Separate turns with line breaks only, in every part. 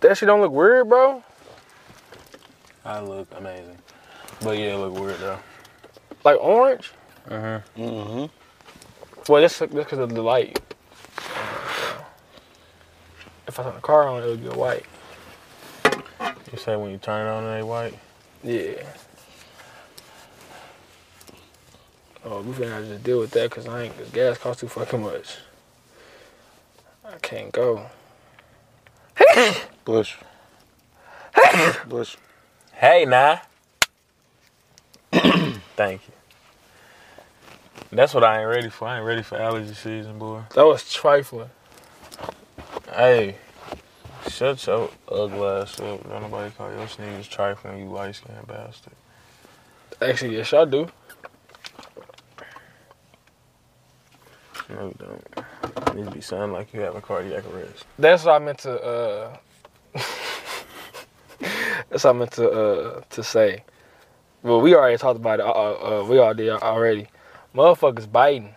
That shit don't look weird, bro.
I look amazing. But yeah, it look weird though.
Like orange.
Mm-hmm.
Well, that's that's because of the light. If I turn the car on, it would get white.
You say when you turn it on, it ain't white.
Yeah. Oh, we finna have to deal with that because I ain't cause gas costs too fucking much. I can't go.
Bush. Bush.
Hey, nah. Thank you. That's what I ain't ready for. I ain't ready for allergy season, boy.
That was trifling.
Hey, shut your ugly ass up. Don't nobody call your sneakers trifling, you light skinned bastard.
Actually, yes, I do.
No, you don't. You need to be sounding like you having cardiac arrest.
That's what I meant to. uh That's what I meant to uh to say. Well, we already talked about it. Uh, uh, uh, we all did already. Motherfuckers biting.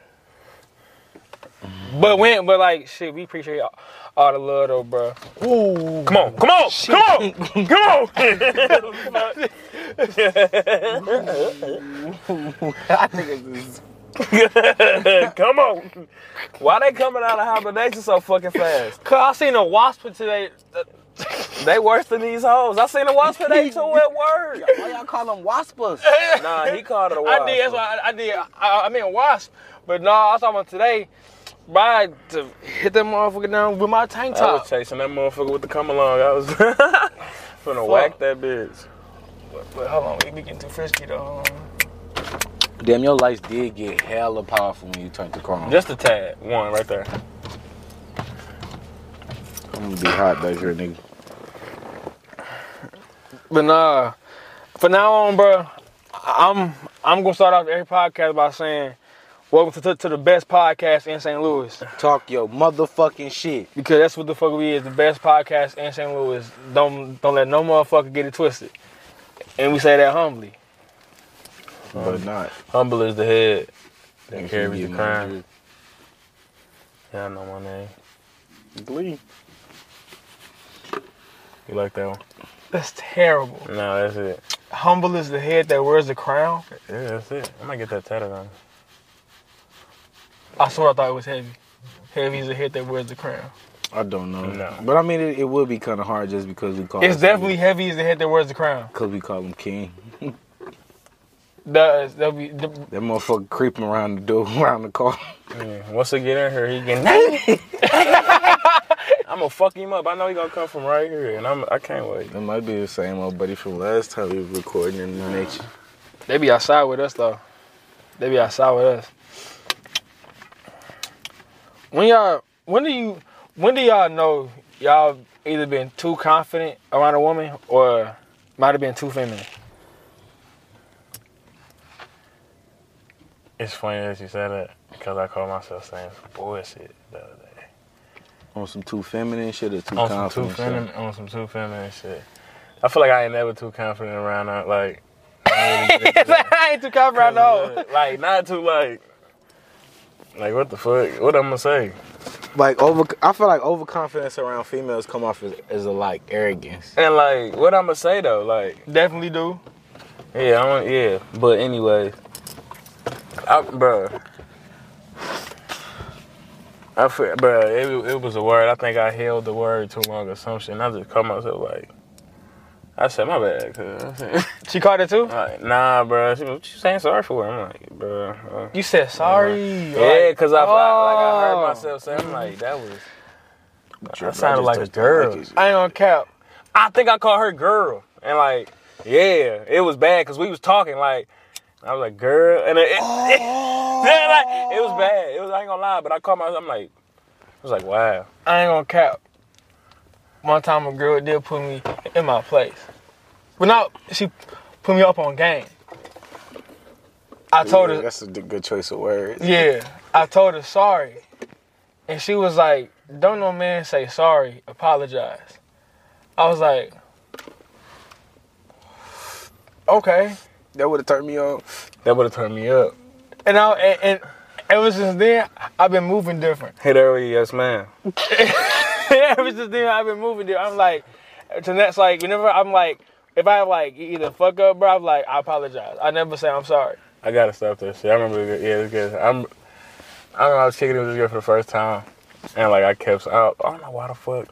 But when, but like, shit, we appreciate all, all the love though, bro.
Ooh. Come on, come on, come on, come on.
I think it's this.
Come on. Why they coming out of hibernation so fucking fast?
Cause I seen a wasp today.
They worse than these hoes. I seen a wasp today too at work.
Why y'all call them waspers?
Nah, he called it a wasp.
I did. That's why I, I did. I, I mean wasp, but no, I saw one today. But I had to hit that motherfucker down with my tank
I was
top.
chasing that motherfucker with the come along. I was finna whack that bitch.
But, but hold on, we be getting too frisky though. Hold on.
Damn, your lights did get hella powerful when you turned the car on.
Just a tad. One right there.
I'm gonna be hot back here, nigga.
But nah, for now on, bro, I'm I'm gonna start off every podcast by saying, "Welcome to, to, to the best podcast in St. Louis,"
Talk your motherfucking shit.
because that's what the fuck we is, the best podcast in St. Louis. Don't don't let no motherfucker get it twisted, and we say that humbly.
But not.
Humble is the head that
If
carries the
you get
crown. Yeah, I know my name.
my- Glee.
You like that one?
That's terrible.
No, that's it.
Humble is the head that wears the crown.
Yeah, that's it. I might get that tatted on.
I swear I thought it was heavy. Heavy is the head that wears the crown.
I don't know.
No.
But I mean, it, it would be kind of hard just because we call.
It's definitely heavy is the head that wears the crown.
because we call him King.
That that'll be the,
That motherfucker creeping around the door, around the car.
Yeah. Once he get in here, he can. I'm gonna fuck him up. I know he gonna come from right here, and I'm I can't wait.
That might be the same old buddy from last time we were recording in the nature.
they be outside with us though. They be outside with us. When y'all, when do you, when do y'all know y'all either been too confident around a woman or might have been too feminine?
It's funny that you said that because I caught myself saying some bullshit the other day.
On some too feminine shit or too
On some too
confident shit.
feminine, on some too feminine shit. I feel like I ain't never too confident around her. Like, I ain't really
It's like, I ain't too confident. I know.
good. like not too like, like what the fuck? What I'm gonna say?
Like over, I feel like overconfidence around females come off as, as a like arrogance.
And like what I'm gonna say though? Like,
Definitely do.
yeah, I want, yeah. But anyway, I, bruh. I feel, bruh, it, it was a word. I think I held the word too long or some shit. And I just caught myself like, I said my bad, cuz. I said-
She caught it too.
Like, nah, bro. She was what you saying sorry for. I'm like, bro. Uh,
You said sorry.
yeah,
Like,
cause I, I, like, I
oh.
heard myself say, I'm like, that was.
Your
sounded
brothers
like a
just
girl.
don't like it.
I ain't gonna cap.
I think I called her girl, and like, yeah, it was bad, cause we was talking like, I was like, girl, and it, it, yeah, like, it was bad. It was. I ain't gonna lie, but I called myself. I'm like, I was like, wow.
I ain't gonna cap. One time a girl did put me in my place. But now she put me up on game. I told
Yeah,
her,
That's a d- good choice of words.
yeah, I told her sorry. And she was like, don't no man say sorry, apologize. I was like, okay.
That would have turned me on.
That would have turned me up.
And I, and, and ever since then, I've been moving different.
Hit early, yes, man.
ever since then, I've been moving different. I'm like, to that's like whenever I'm like, if I like either fuck up, bro, I'm like, I apologize. I never say I'm sorry.
I gotta stop this shit. I remember, yeah, this good. I'm, I remember I was kicking it with this girl for the first time, and like I kept, I, I don't know why the fuck.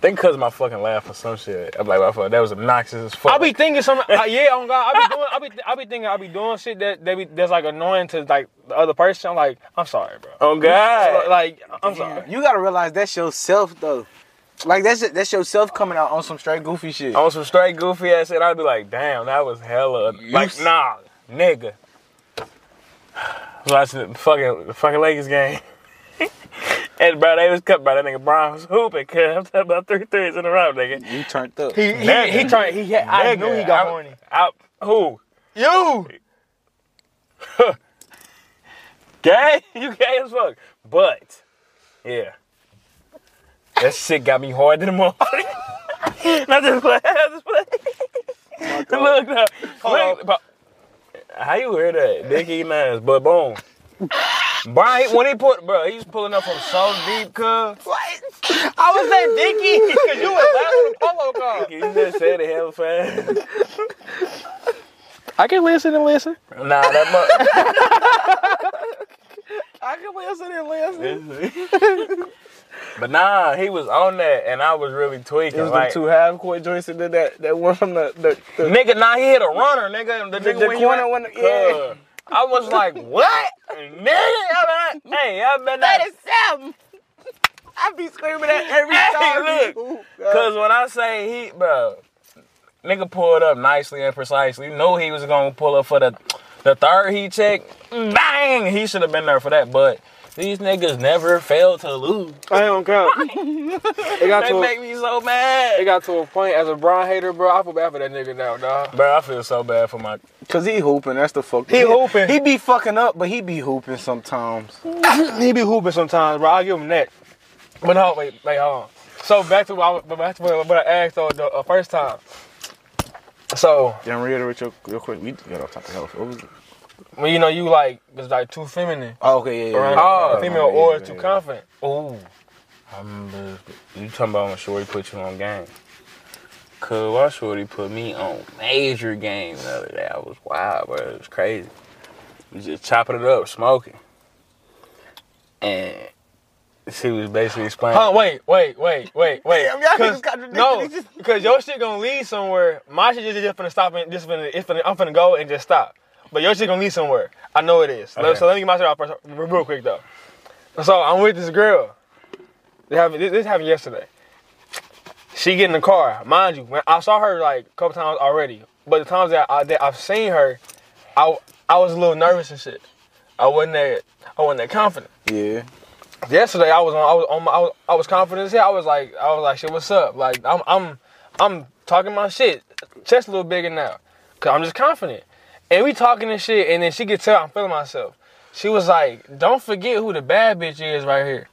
Think cause my fucking laugh or some shit. I'm like, my fuck, that was obnoxious as fuck.
I be thinking some, uh, yeah, on God, I be doing, I be, I be thinking, I be doing shit that that be that's like annoying to like the other person. I'm like, I'm sorry, bro.
oh
So,
god.
Like, I'm sorry.
You gotta realize that's yourself though. Like that's that's yourself coming out on some straight goofy shit.
On some straight goofy ass shit, I'd be like, damn, that was hella. Like,
s-
nah, nigga. Watching the fucking the fucking Lakers game. and bro, they was cut by that nigga Brian was hooping, cuz I'm talking about three threes in a row, nigga.
You turned up.
He
Nigga.
he, he turned. He had, I knew he got
I-
horny.
I, who?
You.
Gay? You gay as fuck. But, yeah. That shit got me hard in the morning. Not just play, I just play. Look, no.
on.
Look, but- how you hear that? Biggie Nines, but boom. Brian, when he put, bro, he was pulling up from so deep, cuz.
I was that dicky because you was laughing at the polo car.
You just said it hell fast.
I can listen and listen.
Nah, that
I can listen and listen.
much. but nah, he was on that, and I was really tweaking.
It was
like,
the two half court joints that did that that one from the the, the
Nigga, nah, he hit a runner, nigga. The, nigga
the
when
corner
he
one,
Cuh.
yeah.
I was like, what? nigga, I'm not, hey, I bet that.
Sam. I be screaming at every
Hey, look.
Ooh, God.
Because when I say he, bro, nigga pulled up nicely and precisely. You know he was going to pull up for the, the third he checked. Bang! He should have been there for that, but these niggas never fail to lose.
I don't count. it got
They
to a,
make me so mad.
it got to a point as a Brown hater, bro. I feel bad for that nigga now, dog.
Bro, I feel so bad for my.
Cause he hooping. That's the fuck.
He hooping.
He be fucking up, but he be hooping sometimes.
he be hooping sometimes, bro. I give him that. But no, wait, wait, hold on. um, So back to what I, back to what what I asked though, the uh, first time. So
Then reiterate your real quick. We got off topic. Health. What was it?
when you know you like was like too feminine
Oh, okay, yeah, yeah.
around
yeah.
Oh,
a female
yeah,
or
yeah,
too
yeah.
confident.
Ooh. I remember you talking about when Shorty put you on game. Cause why Shorty put me on major game the other day. I was wild, bro. It was crazy. We just chopping it up, smoking. And she was basically explaining.
Huh? Wait, wait, wait, wait, wait.
Damn, y'all niggas
'Cause-
contradicting
no,
each other.
because your shit gonna lead somewhere. My shit just, just finna stop and just finna, it's finna, I'm finna go and just stop. But your shit gonna lead somewhere. I know it is. Let-
Okay.
So let me get my shit out first, real real quick though. So I'm with this girl. They happened, this, this happened yesterday. She get in the car, mind you. When I saw her like a couple times already, but the times that, I, that I've seen her, I I was a little nervous and shit. I wasn't that I wasn't that confident
Yeah.
yesterday I was on I was on my, I was, I was confident as hell. I was like I was like shit, what's up? Like I'm I'm I'm talking my shit. Chest a little bigger now. Cause I'm just confident. And we talking this shit and then she could tell I'm feeling myself. She was like, Don't forget who the bad bitch is right here.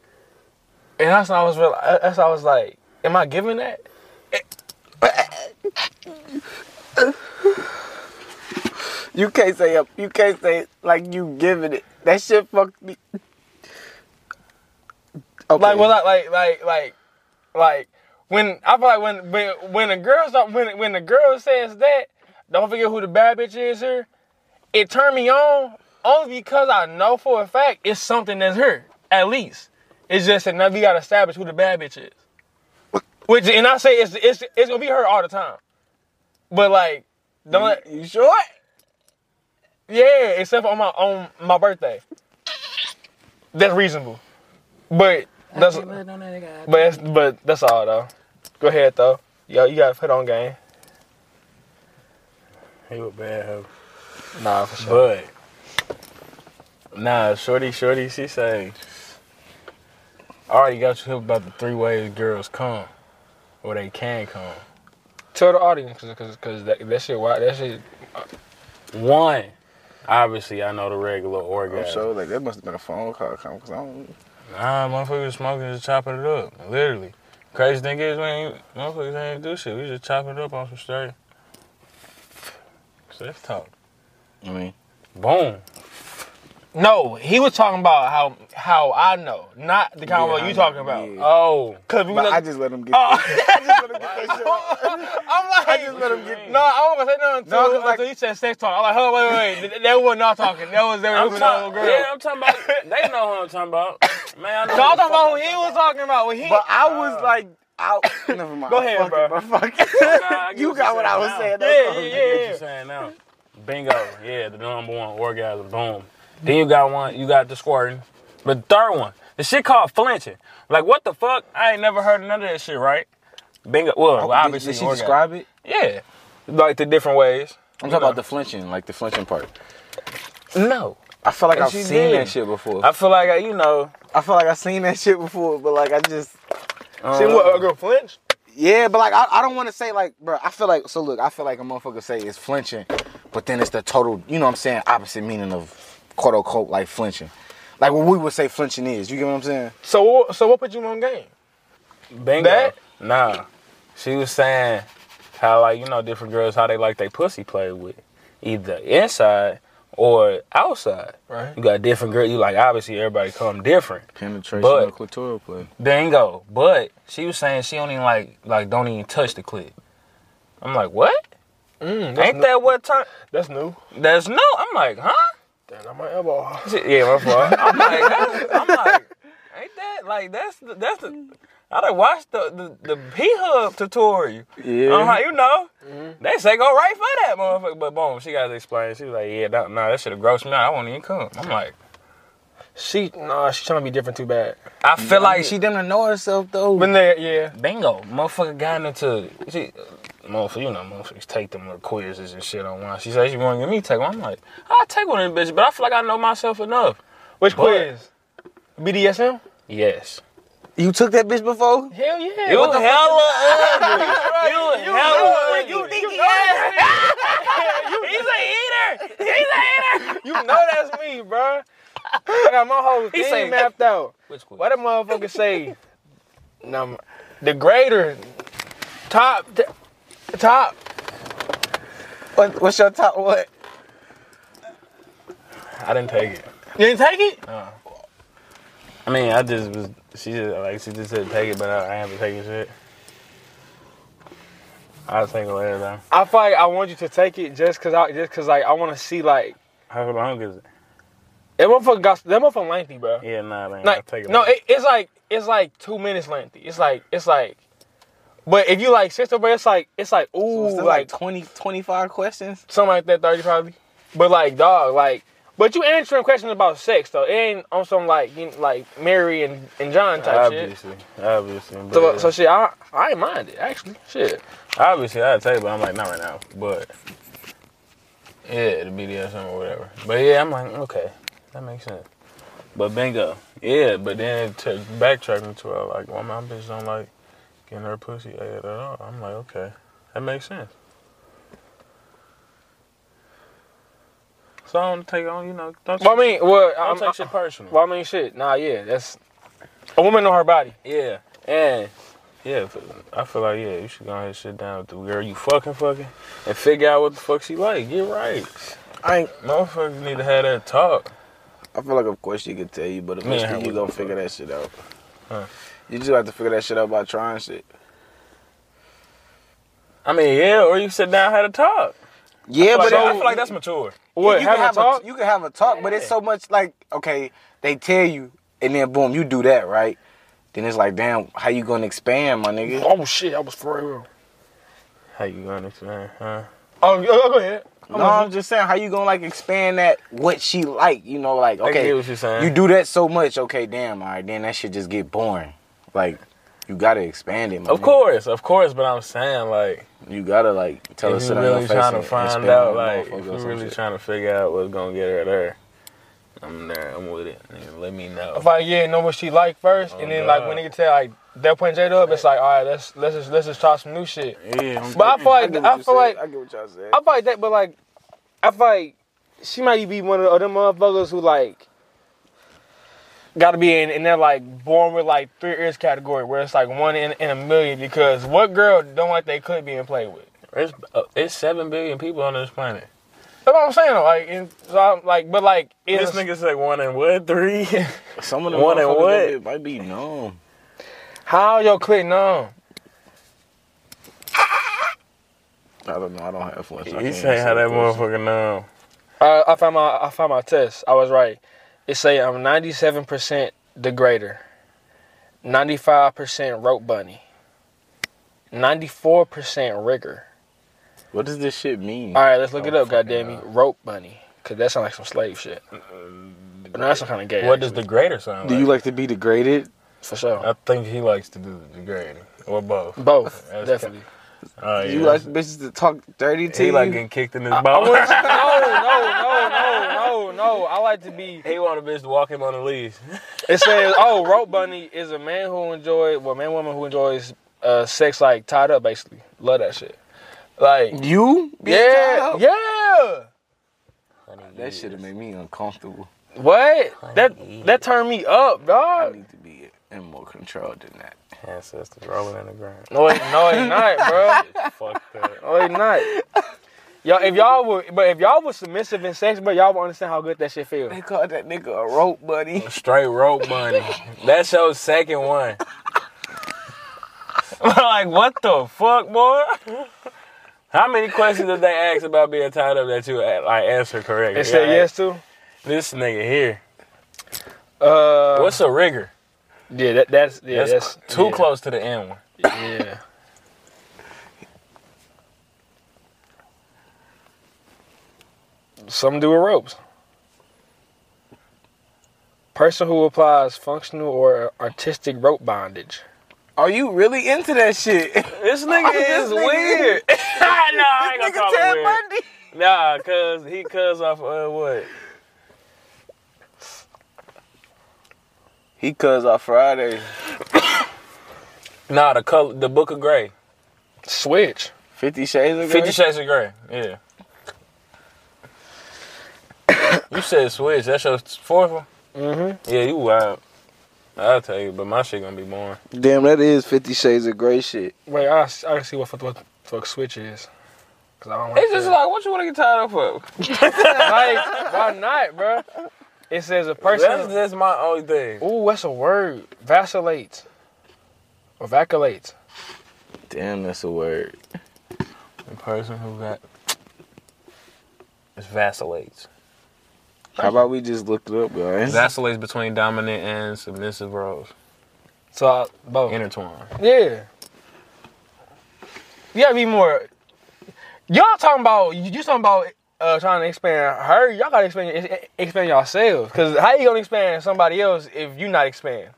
And that's when I was real that's when I was like, Am I giving that?
You can't say up. You can't say like you giving it. That shit fucked me. Okay.
Like well, like like like like like when I feel like when when when the girls are- when when the girl says that, don't forget who the bad bitch is here. It turned me on only because I know for a fact it's something that's her. At least it's just that now we gotta establish who the bad bitch is. Which and I say it's it's it's gonna be her all the time, but like don't let-
you sure?
yeah, except for on my on my birthday. That's reasonable, but that's but that's, but that's all though. Go ahead though. Yo, you got to put on game.
He was bad, hoe.
Nah, for sure.
but nah, Shorty, Shorty, she say, I already got you hooked about the three ways girls come, or they can come.
Tell the audience because cause, 'cause that, that shit wild. That shit.
One, obviously, I know the regular orgasm.
Like that must have been a phone call. Cause I don't.
Nah, motherfuckers was smoking, just chopping it up. Literally. Crazy thing is, we ain't, motherfuckers ain't do shit. We just chopping it up on some straight. Sex talk.
I mean,
Boom.
No, he was talking about how how I know, not the kind of
Yeah,
you
I
talking
know,
about.
yeah.
Oh.
Cause we
But
look,
I
I
just let him get. I just let him get that shit. out.
am like,
just let him get-
No, I won't say nothing until,
No, 'cause, like-
until you said sex talk. I'm like, oh wait, wait, wait. that was not talking. That was there
I'm
was another
talking,
girl.
yeah, I'm talking about. They know who I'm talking about. Man, I know.
So I'm talking about
who
who
the
he was talking about. When he,
But I was like, I, never mind.
Go ahead,
Fuck it,
bro.
fuck-
Fuck
Nah, I
it.
get
you got what I was saying.
now.
That's all.
Yeah, yeah, yeah. What you saying now? Bingo. Yeah, the number one orgasm. Boom. Then you got one. You got the squirting. But the third one, the shit called flinching. Like what the fuck? I ain't never heard of none of that shit, right? Bingo. Well, obviously, orgasm.
it?
Yeah, like the different ways.
I'm talking about the flinching, like the flinching part.
No,
I feel like
Yes,
I've
you
seen
did.
that shit before. I,
I feel like you know.
feel like I've seen that shit before, but like I just
see
uh,
what a girl flinched.
yeah, but like I, I don't want to say like, bro. I feel like so. Look, I feel like a motherfucker say it's flinching, but then it's the total, you know, what I'm saying opposite meaning of quote unquote like flinching. Like what we would say flinching is. You get what I'm saying?
So what- so what put you on game?
Bingo.
That?
Nah. She was saying how like, you know, different girls how they like they pussy played with. Either inside or outside.
Right.
You got different girls you like obviously everybody come different.
Penetration
But-
or clitoral play.
Bingo. But she was saying she don't even like like don't even touch the clit. I'm like, what?
Mm, that's,
Ain't
new.
that what time
that's new.
there's no I'm like, huh?
Damn, I might elbow. off.
She- Yeah, my fault. I'm like, that's, I'm like, ain't that like that's the, that's the. I done watched the the, the P Hub tutorial.
Yeah.
I'm like, you know, they say go right for that motherfucker. But boom, she got to explain. She was like, yeah, nah, nah that should have grossed me out. I won't even come. I'm like,
She nah, she trying to be different too bad.
I feel like she
didn't know herself though.
But they, yeah,
bingo, motherfucker got into she. Motherfucker, you know, motherfuckers take them little quizzes and shit on one. She said she want to give me take one. I'm like, I'll take one of them bitches, but I feel like I know myself enough.
which
But-
quiz? BDSM?
Yes.
you took that bitch before?
Hell yeah.
You
What the
hella ugly. You, hella ugly.
you know that's me.
He's an eater. He's an eater.
You know that's me, bro. I got my whole thing
say-
mapped out.
Which quiz?
What the motherfucker say? Num the greater top t- top.
What, what's your top? What?
I didn't take it.
You didn't take it?
I mean, I just was. She just like she just said take it, but I, I haven't taken shit. I'll take it later though.
I feel like I want you to take it just cause I just cause like I wanna see like
How long is it?
that motherfucker got that motherfucker lengthy, bro.
Yeah, nah, man. I'll
Like,
take it.
no,
later.
it, it's like it's like two minutes lengthy. It's like it's like, but if you like sister, but it's like it's like ooh, like,
20, 25 questions?
something like that, thirty probably. But like dog, like, but you answering questions about sex though. It ain't on some like you, like Mary and, and John type shit.
obviously, obviously. But,
So,
yeah.
so shit, I I ain't mind it actually. Shit,
obviously, I'll take it, but I'm like not right now. But yeah, the BDSM or whatever. But yeah, I'm like okay, that makes sense. But bingo, yeah. But then it took backtracking to uh, like, well, my bitch don't like getting her pussy ate at all. I'm like, okay, that makes sense. So I don't take on, you know, don't,
well, I mean, well,
don't
I'm,
take shit personal.
well, I mean, shit. Nah, yeah, that's a woman on her body.
Yeah, and yeah, f- I feel like yeah, you should go ahead and sit down with the girl you fucking fucking and figure out what the fuck she like. Get right,
I ain't,
motherfuckers need to have that talk.
I feel like of course she could tell you, but
Man,
eventually
what
you gonna
the
figure that shit out.
Huh.
You just have to figure that shit out by trying shit.
I mean, yeah, or you sit down and have a talk.
Yeah,
But
but
I feel like that's mature.
What
you can
having
have
a talk?
a you can have a talk, but it's so much like okay, they tell you, and then boom, you do that right. Then it's like, damn, how you gonna expand, my nigga?
oh shit, I was for real.
How you gonna understand, huh?
Oh, go go ahead.
No, I'm just saying, how you gonna like expand that what she like? You know, like
I get
okay,
what you're saying.
you do that so much, okay, damn, all right, then that shit just get boring. Like, you gotta expand it. My
Of
nigga.
course, of course, but I'm saying like,
You gotta like tell
if
us
you really trying to find out, like, if you really trying to figure out what's gonna get her there, I'm there. I'm with it. Nigga, let me know.
If I yeah know what she like first,
Oh,
and then like when
God.
nigga tell like that point J up, it's like all right, let's let's just let's just try some new shit.
Yeah, I'm
But I feel like
get
I,
what you
feel
said.
like
I get what y'all said.
I feel like that, but like I feel like she might be one of them motherfuckers who like got to be in and they're like born with like three ears category where it's like one in, in a million because what girl don't like they could being played with.
There's, uh, it's seven billion people on this planet.
That's what what I'm saying. though, Like, and so I'm like, but like,
This
it's
nigga said one and what three?
Some of them
One and
motherfuckers
what?
that be- might be known.
how your click numb?
I don't know. I don't have flinch.
he saying how that motherfucker know.
I, I found my I found my test. I was right. It say I'm 97 percent degrader, 95 percent rope bunny, 94 percent rigger.
What does this shit mean?
All right, let's look
Oh,
it up. Uh,
fucking
Goddamn you,
hell.
rope bunny, cause that sounds like some slave shit. But no, that's some kind of gay.
What does
actually,
degrader sound
Do
like?
you like to be degraded?
for sure?
I think he likes to do the degrading or both.
Both
That's
definitely.
Oh,
Do you like bitches to talk dirty to
he
you?
like getting kicked in his
I
ball.
wouldn't- no, no, no, no, no. I like to be.
he want a bitch to walk him on the leash.
It says, "Oh, rope bunny is a man who enjoys, well, man, woman who enjoys uh, sex like tied up, basically. Love that shit. Like,
you? Be
yeah,
tied up?
yeah.
That shit have made me uncomfortable.
What? That that turned me up,
I
dog.
need to be in more control than that.
Ancestors rolling in the ground.
No, it, no, it's not, bro.
Fuck that.
No, it's not. Y'all, if y'all were, but if y'all was submissive in sex, but y'all would understand how good that shit feels.
They called that nigga a rope buddy.
Straight rope money. That's your second one. like, what the fuck, boy? How many questions did they ask about being tied up that you uh, like answer
They
correctly?
said
Like,
yes to.
This nigga here.
Uh,
What's a rigger?
yeah, that, that's yeah,
That's,
that's,
too
yeah,
close to the end one.
Yeah. Some do with ropes. Person who applies functional or artistic rope bondage.
Are you really into that shit?
This nigga
Oh, This
is
nigga-
weird. nah, I ain't gonna
nigga
call him
Ted
weird.
Bundy.
Nah, cause he cuz off uh, what?
He cuz off Friday.
Nah, the color, the Book of Gray,
Switch.
Fifty Shades of Grey.
Fifty Shades of Gray. Yeah. you said switch. That's your fourth one.
Mm-hmm.
Yeah, you wild. I'll tell you, but my shit gonna be boring.
Damn, that is Fifty Shades of Grey shit.
Wait, I, I can see what fuck, what fuck switch is. Cause I don't like
It's just
that.
like what you wanna get tied up for.
Like, why not, bro? It says a person.
That's just my only thing.
Ooh, that's a word. Vacillates. Or vacillates.
Damn, that's a word.
The person who got it vacillates.
How about we just look it up, guys?
Vacillates between dominant and submissive roles,
So, I, both.
intertwined.
Yeah. You gotta be more. Y'all talking about you talking about uh, trying to expand her. Y'all gotta expand ex- expand yourselves. Cause how you gonna expand somebody else if you not expand?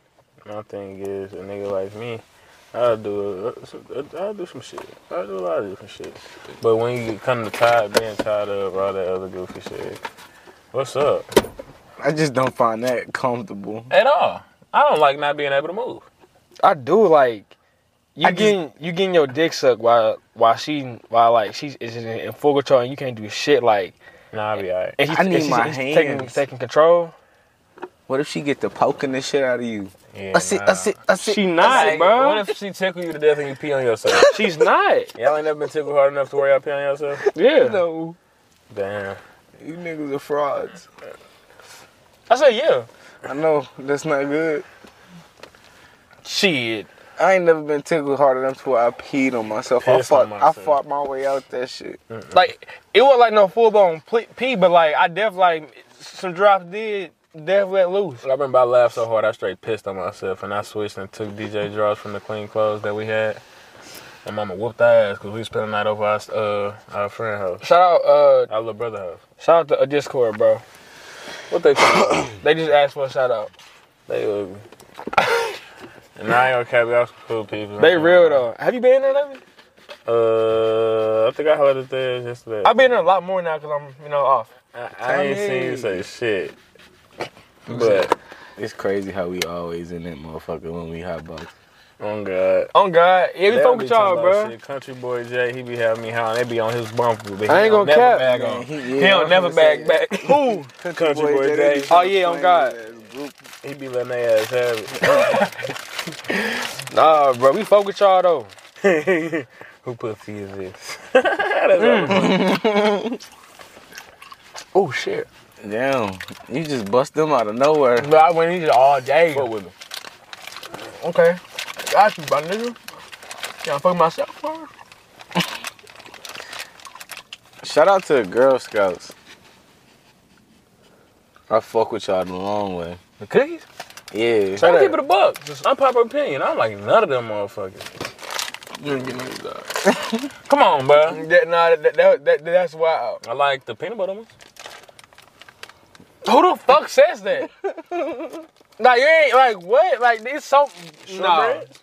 My thing is, a nigga like me, I'll do a, I'll do some shit. I'll do a lot of different shit. But when you come to tired, being tired of all that other goofy shit, what's up?
I just don't find that comfortable.
At all. I don't like not being able to move.
I do like you
I just-
getting you getting your dick sucked while while she while like she's is in, in full control and you can't do shit like
Nah, I'll be alright.
and she's,
I need
and she's,
my
and she's taking
hands.
taking control.
What if she get the poking the shit out of you?
Yeah,
I see,
nah.
I see, I see.
She not,
Like,
bro.
What if she tickle you to death and you pee on yourself?
She's not.
Y'all ain't never been tickled hard enough to where y'all pee on yourself?
Yeah.
No,
Damn.
you niggas are frauds.
I said yeah.
I know that's not good.
Shit.
I ain't never been tickled hard enough to where I peed on myself. I
Pissed on
fought,
myself.
I fought my way out that shit.
like it was like no full blown pee, but like I definitely like some drops did definitely let loose.
I remember I laughed so hard I straight pissed on myself and I switched and took DJ draws from the clean clothes that we had. And mama whooped our ass because we spent the night over our, uh, our friend house,
Shout out, uh,
our little brother house.
shout out to uh, Discord, bro.
What they call it?
They just asked for a shout out.
They ugly. and I ain't gonna cap y'all some cool people.
They
Oh,
real though. Have you been there, David?
Uh, I think I heard it there yesterday.
I've been there a lot more now because I'm you know off.
I, I ain't seen you say shit. But,
that? It's crazy how we always in that motherfucker when we hot box.
oh God.
Oh God, yeah, we
They
fuck
be
with
talking
y'all,
about
bro.
shit. Country boy Jay, he be having me hollering. They be on his bumper. but he
I ain't
don't
gonna
never
cap.
Bag
Man,
on.
he- yeah,
he
I
don't
was
never
gonna say
bag back.
Who?
Country boy Jay.
Oh, yeah, on God.
He be letting their ass have it.
Nah, bro, we fuck with y'all though.
Who pussy is this? That's what I'm-
Oh shit.
Damn, you just bust them out of nowhere.
But I went eat it all day.
Fuck with me.
Okay. Got you, my nigga. Can I fuck myself first?
Shout out to the Girl Scouts. I fuck with y'all the long way.
The cookies?
Yeah.
I give it a buck. Just unpopular opinion. I don't like none of them motherfuckers.
You didn't get niggas out.
Come on, bro.
That, nah, that, that, that, that's wild.
I like the peanut butter ones.
Who the fuck says that? like you ain't like what? Like this so no.
Shortbread?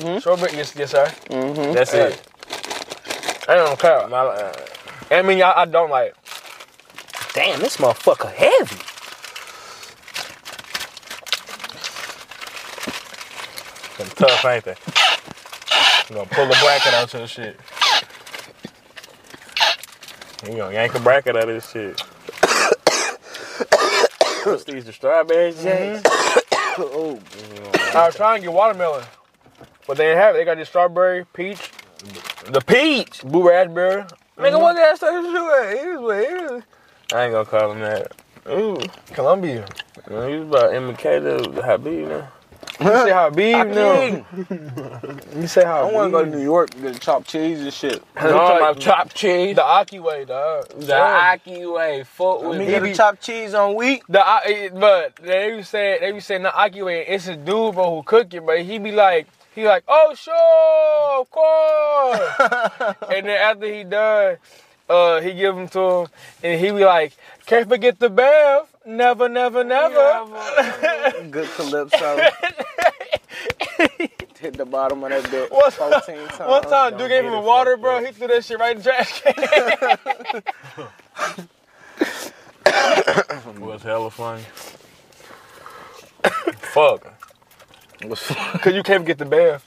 Mm-hmm.
Shortbread, yes, yes, sir.
Mm-hmm.
That's
Yeah.
it.
I don't care.
Not, uh,
I mean, I, I don't like.
damn, this motherfucker heavy. Them tough, ain't they?
I'm gonna pull the bracket out to the shit.
You gonna yank a bracket out of this shit. What's these, the strawberries?
Oh,
I was trying to get watermelon, but they didn't have it. They got this strawberry, peach, Mm-hmm.
The peach.
blue raspberry.
Nigga, what that stuff you at? He was with, he was- I ain't gonna call him that.
Ooh, Colombia.
Man, he was about to imitate the Habib now.
You say Habib now.
No.
You say
I want to
Habib.
go to New York and get chopped cheese and shit.
I'm talking about chopped cheese.
The Aki way, dog.
The Aki way. Fuck
Let
with
me
me.
get a chopped cheese on wheat.
The I, it- but they be saying they be saying the Aki way. It's a dude, bro, who cook it, but he be like he like oh sure, of course. and then after he done, uh, he give him to him, and he be like, can't forget the bath. Never, never, never.
Good calypso. Hit the bottom of that bit
What's-
14 times.
One time, dude
Don't
gave him
get it
water,
fucked
bro.
up.
He threw that shit right in the trash can.
was hella funny. Fuck.
Cause you can't get the bath.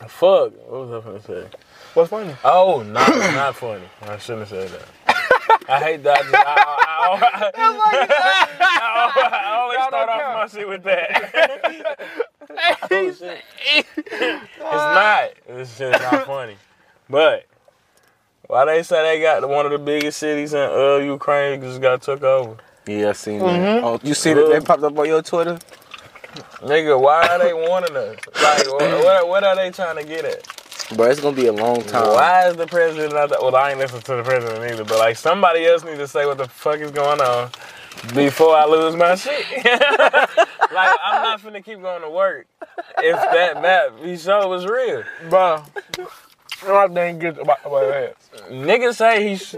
Fuck. What was I gonna say?
What's funny?
Oh, not not funny. I shouldn't have said that. I hate that. I, just, I, I, I, I, I always
Y'all
start
don't
off
count.
my shit with that. Oh, shit. it's not. This shit's not funny. But why they say they got one of the biggest cities in uh, Ukraine just got took over?
Yeah, I seen
Mm-hmm.
that. Oh, you see that they popped up on your Twitter?
Nigga, why are they wanting us? Like, what, what, what are they trying to get at?
Bro, it's gonna be a long time.
Uh,
Why is the president not? Well, I ain't listening to the president either, but like somebody else needs to say what the fuck is going on before I lose my shit. like I'm not finna keep going to work if that map he showed was real.
Bro. I didn't get the wait, wait,
Nigga say he sh-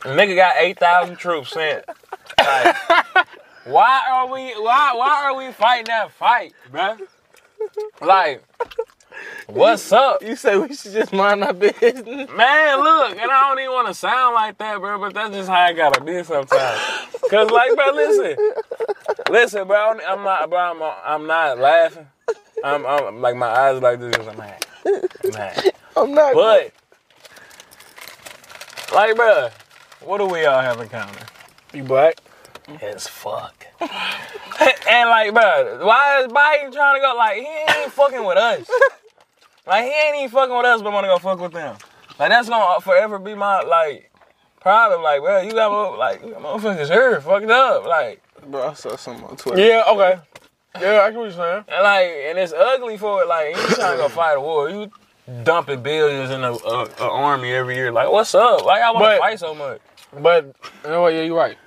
nigga got eight thousand troops sent. Like, why are we why why are we fighting that fight, bruh? Like, what's up?
You say we should just mind our business.
Man, look, and I don't even want to sound like that, bro, but that's just how I gotta be sometimes. Cause, like, bro, listen, listen, bro, I'm- I'm not, bro, I'm, I'm not laughing. I'm, I'm like my eyes like this. I'm like, man,
I'm not.
but like, bro, what do we all have in common?
wait. You black?
As fuck. and like, bro, why is Biden trying to go? Like, he ain't fucking with us. Like, he ain't even fucking with us, but want to go fuck with them. Like, that's gonna forever be my like problem. Like, bro, you got mo- like you got motherfuckers here fucked up. Like,
Bro, I saw something on Twitter.
Yeah, okay. Yeah, I get what you're saying.
and like, and it's ugly for it. Like, you trying to go fight a war? You dumping billions in a, a, a army every year. Like, what's up? Like, I want
But-
to fight so much.
But you know what? Yeah, you're right.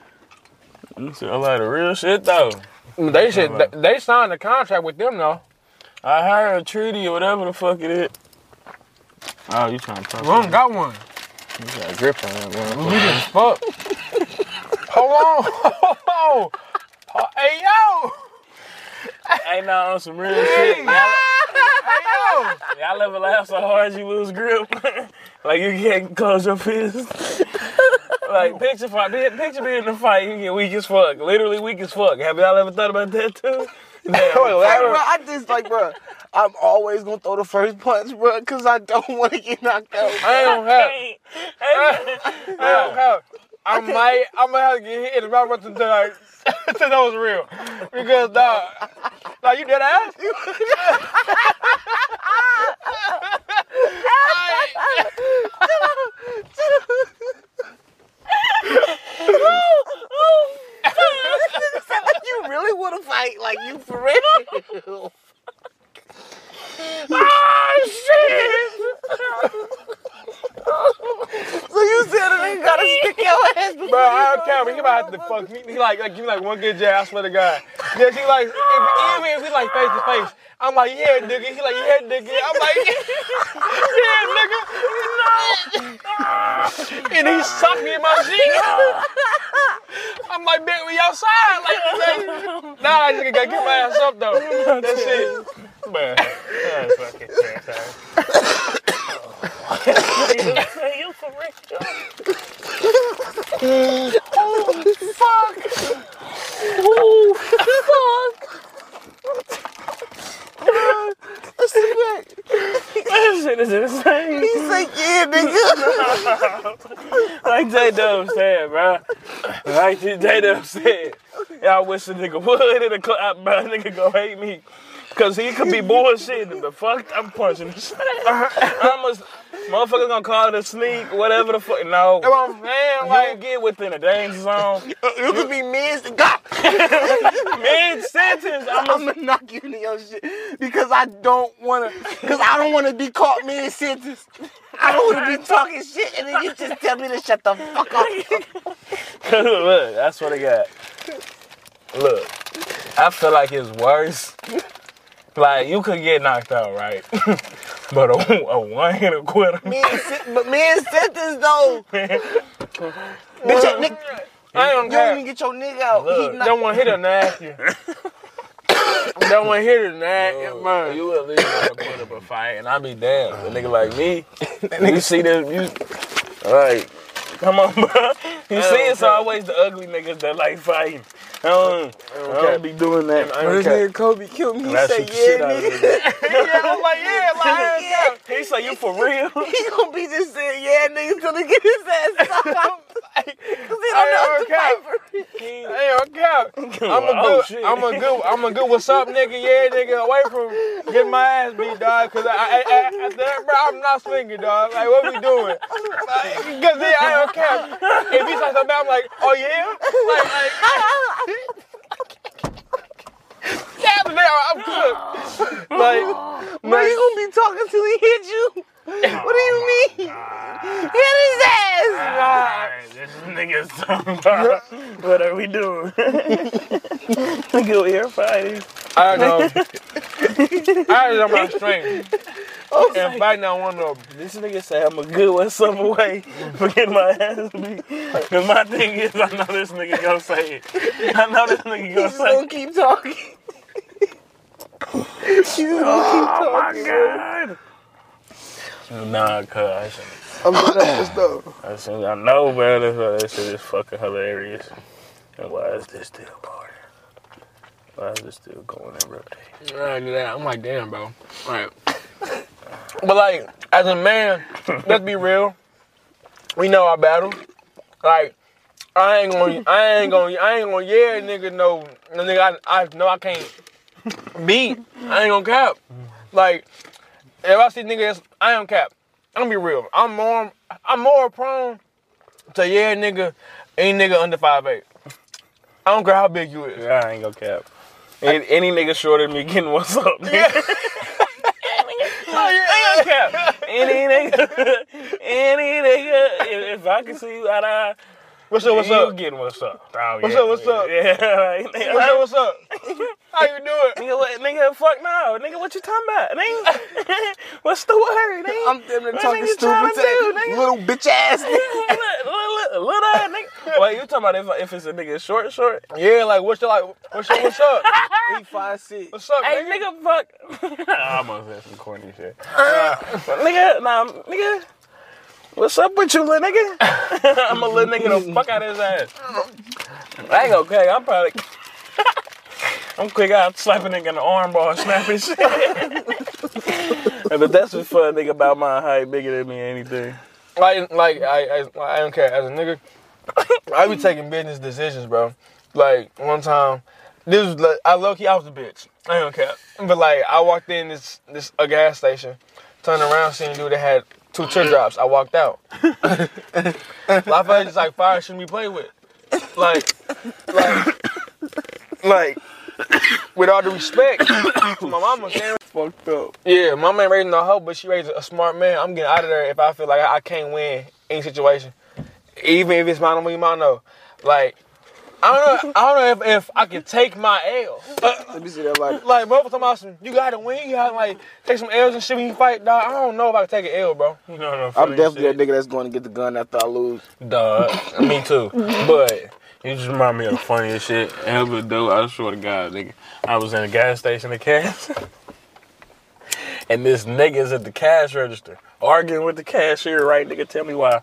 You see a lot of real shit though.
They should. They, they signed a contract with them though.
I heard a treaty or whatever the fuck it is. Oh, you trying to talk?
We don't got one.
You got a grip on that, man.
We just fuck. Hold on. Hold on. Hey yo.
Hey, now on some real shit. Y'all,
Hey
y'all ever laugh so hard you lose grip? like you can't close your fist. like picture fight, be- picture being in a fight, you get weak as fuck. Literally weak as fuck. Have y'all ever thought about that too?
yo.
Damn.
Hey, bro, I just like, bro. I'm always gonna throw the first punch, bro, cause I don't want to get knocked out.
I don't have.
Hey, hey,
I don't have. I might. I might have to get hit in the mouth until I until that was real. Because dog, like you dead ass. jab, he about to fuck me. He like, like give me like one good jab. I swear to God. Yeah, she like, if, even if we like face to face, I'm like, yeah, nigga. He like, yeah, nigga. I'm like, yeah, nigga. No. and he sucked me in my shit. I'm like, bitch, we outside. Like, like nah, I just gotta get my ass up though. That shit.
Man, that's fucking fantastic. you for real? This shit is insane.
He's like, yeah, nigga.
Like J Dub said, bro. Like J Dub said, yeah, I wish the nigga would in the club, Ah, bro. Nigga go hate me. Cause he could be bullshitting, but fuck, I'm punching the shit. I'm a, motherfuckers gonna call it a sneak, whatever the fuck. No,
That's what I'm saying.
like
Like,
get within the danger zone.
You could be mean to God.
Mid sentence, I'm
I'm gonna knock you into your shit because I don't wanna, because I don't wanna be caught mid sentence. I don't wanna be talking shit and then you just tell me to shut the fuck up.
look, that's what I got. Look, I feel like it's worse. Like you could get knocked out, right? but a, a one hit a quitter.
Mid sen- but mid sentence though. Bitch, that nigga,
I don't
you don't
care.
even get your nigga out.
Look,
he
Don't
not,
want to hit her nasty. Don't want to hit her nasty,
Bro,
man.
you at least got a quarter of a fight, and I be damned. A nigga like me, you see them, you. All right, come on, bro. You see, it's always the ugly niggas that like fighting. I don't, I don't be doing that. I don't care.
Kobe killed me. He
That's what
said,
the shit
yeah,
out of
nigga.
niggas.
Yeah, I'm like, yeah, like, I ain't care.
He say you for real?
He gonna be just saying, yeah, nigga, till he get his ass knocked out. Cause he
Hey,
don't know what to
okay.
fight for.
Hey, I'm cap. I'm a
Oh,
good,
shit.
I'm a good, I'm a good. What's up, nigga? Yeah, nigga. Away from getting my ass beat, dog. Cause I, I, I, I that, bro, I'm not swinging, dog. Like, what we doing? Like, Cause then I don't care. If he's like something, I'm like, oh yeah. Like, like, yeah, but now I'm good. Like,
Bro,
man,
you gonna be talking till he hit you? What do you mean? Hit his ass!
Alright, this nigga's talking about what are we doing? Go air fighting.
I don't know. I just, I'm not straight.
Oh,
and biting on one of them.
This nigga say I'm a good one some way for getting my ass beat. Cause my thing is I know this nigga gonna say it. I know this nigga gonna
He's gonna
say
keep talking. He's gonna keep talking.
it. Oh, Nah, cuz I shouldn't.
I'm gonna this though.
I said, I know, man. That's why that shit is fucking hilarious. And why is this still party? Why is this still going in rotate?
I knew that. I'm like, damn, bro. Right. But like, as a man, let's be real. We know our battle. Like, I ain't gonna, I ain't gonna, I ain't gonna, yeah, nigga, no, no nigga, I, I know I can't beat. I ain't gonna cap. Like, if I see niggas, I am cap. I'm gonna be real. I'm more, I'm more prone to yeah, nigga, any nigga under 5'8". I don't care how big you is.
I ain't gonna cap. Any, any nigga shorter than me getting what's up, nigga.
Oh,
I ain't gonna cap. Any nigga, any nigga, if, if I can see you out of eye,
What's up? What's
you
up?
getting what's up. Oh,
What's
yeah,
up, what's
yeah,
up?
Yeah, like, nigga,
What's up? What's up? How you doing?
nigga, what, nigga, fuck no. Nigga, what you talking about? Nigga, what's the word? Nigga?
I'm damn near
What
talking
nigga
stupid to
tryna do,
that
nigga?
little bitch ass nigga.
Look, look, look, look at that nigga. Well, you talking about if, if it's a nigga short, short?
Yeah, like what's your like? What's your what's up?
He five six.
What's up,
Hey,
nigga?
nigga, fuck. I almost said some corny shit. But nigga, nah, nigga. What's up with you, little nigga? I'm a little nigga the fuck out of his ass. I ain't okay. I'm probably. I'm quick out slapping nigga in the arm bar, snapping shit. but that's what's fun, nigga, about my height bigger than me, anything.
Like, like I, I, I don't care. As a nigga, I be taking business decisions, bro. Like one time, this was like, I low key I was a bitch. I don't care. But like I walked in this this a gas station, turned around, seen a dude that had two teardrops. I walked out. I felt just like fire shouldn't be played with. Like, like, like. With all the respect to my mama, saying
Fucked up.
Yeah, my man raising no hope, but she raised a smart man. I'm getting out of there if I feel like I I can't win any situation, even if it's mine or mine. No, Like, I don't know. I don't know if, if I could take my L.
Let me see that like
Like, motherfucker, talking about some, you got to win. You got to like take some L's and shit when you fight, dog. I don't know if I can take an L, bro.
You know what I'm
I'm
feeling
definitely
shit.
that nigga that's going to get the gun after I lose.
Duh, me too. But you just remind me of the funniest shit ever, dude. I swear to God, nigga. I was in a gas station in Cass, and this nigga's at the cash register arguing with the cashier, right? Nigga, tell me why.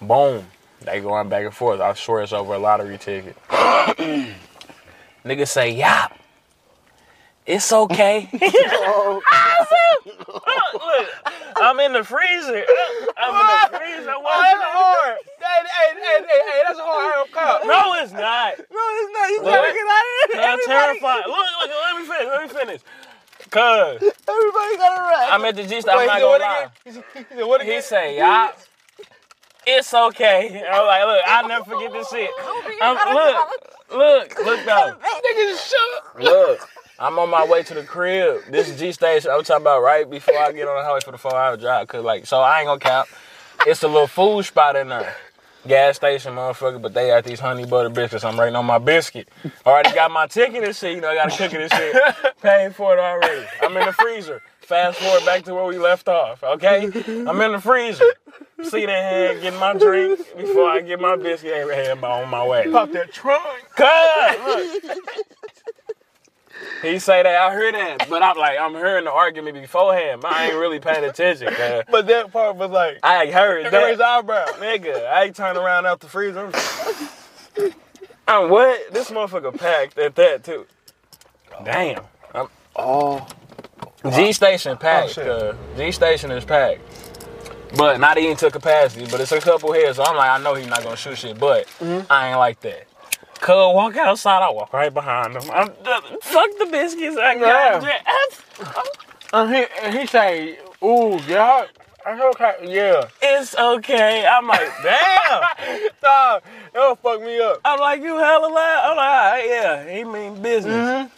Boom. They going back and forth. I swear it's over a lottery ticket. nigga say, yeah. It's okay. I said, "Uh, look, I'm in the freezer. Uh, I'm in the freezer. I
Oh,
want
that's hard. Hey, hey, hey, hey, hey, that's a hard L cop.
no, it's not.
No, it's not. You
gotta
get out of
I'm terrified. Look, look, let me finish. Let me finish. Cause
Everybody got a rat.
I'm at the G stop. I'm not gonna lie.
He said, what again?
He say, "Y'all, it's okay." I'm like, "Look, I'll never forget this shit." I'm, look, look, look though.
Niggas shook.
Look, I'm on my way to the crib. This G station I'm talking about right before I get on the highway for the four hour drive. Cause like, so I ain't gonna cap. It's a little food spot in there. Gas station, motherfucker, but they got these honey butter biscuits. I'm rating on my biscuit. Already got my ticket and shit. You know, I gotta cook it and shit. Paid for it already. I'm in the freezer. Fast forward back to where we left off, okay? I'm in the freezer. See that hand, getting my drink before I get my biscuit. Hey, I'm on my way.
Pop that trunk.
Cuz, look. He say that I heard that, but I'm like I'm hearing the argument beforehand. I ain't really paying attention. Cause
But that part was like,
I ain't heard
raise
that,
eyebrow.
nigga. I ain't turn around out the freezer. I'm, I'm what? This motherfucker packed at that too. Damn. I'm,
Oh,
G Station packed.
shit.
uh, G Station is packed. But not even to capacity, but it's a couple here, so I'm like, I know he's not gonna shoot shit, but I ain't like that. Cuz walk outside, I walk right behind him. I'm fuck the biscuits I got.
And Uh, he, and he say, ooh, yeah. I know, yeah.
It's okay. I'm like, damn.
Nah, that'll fuck me up.
I'm like, you hella loud. I'm like, all right, yeah, he mean business.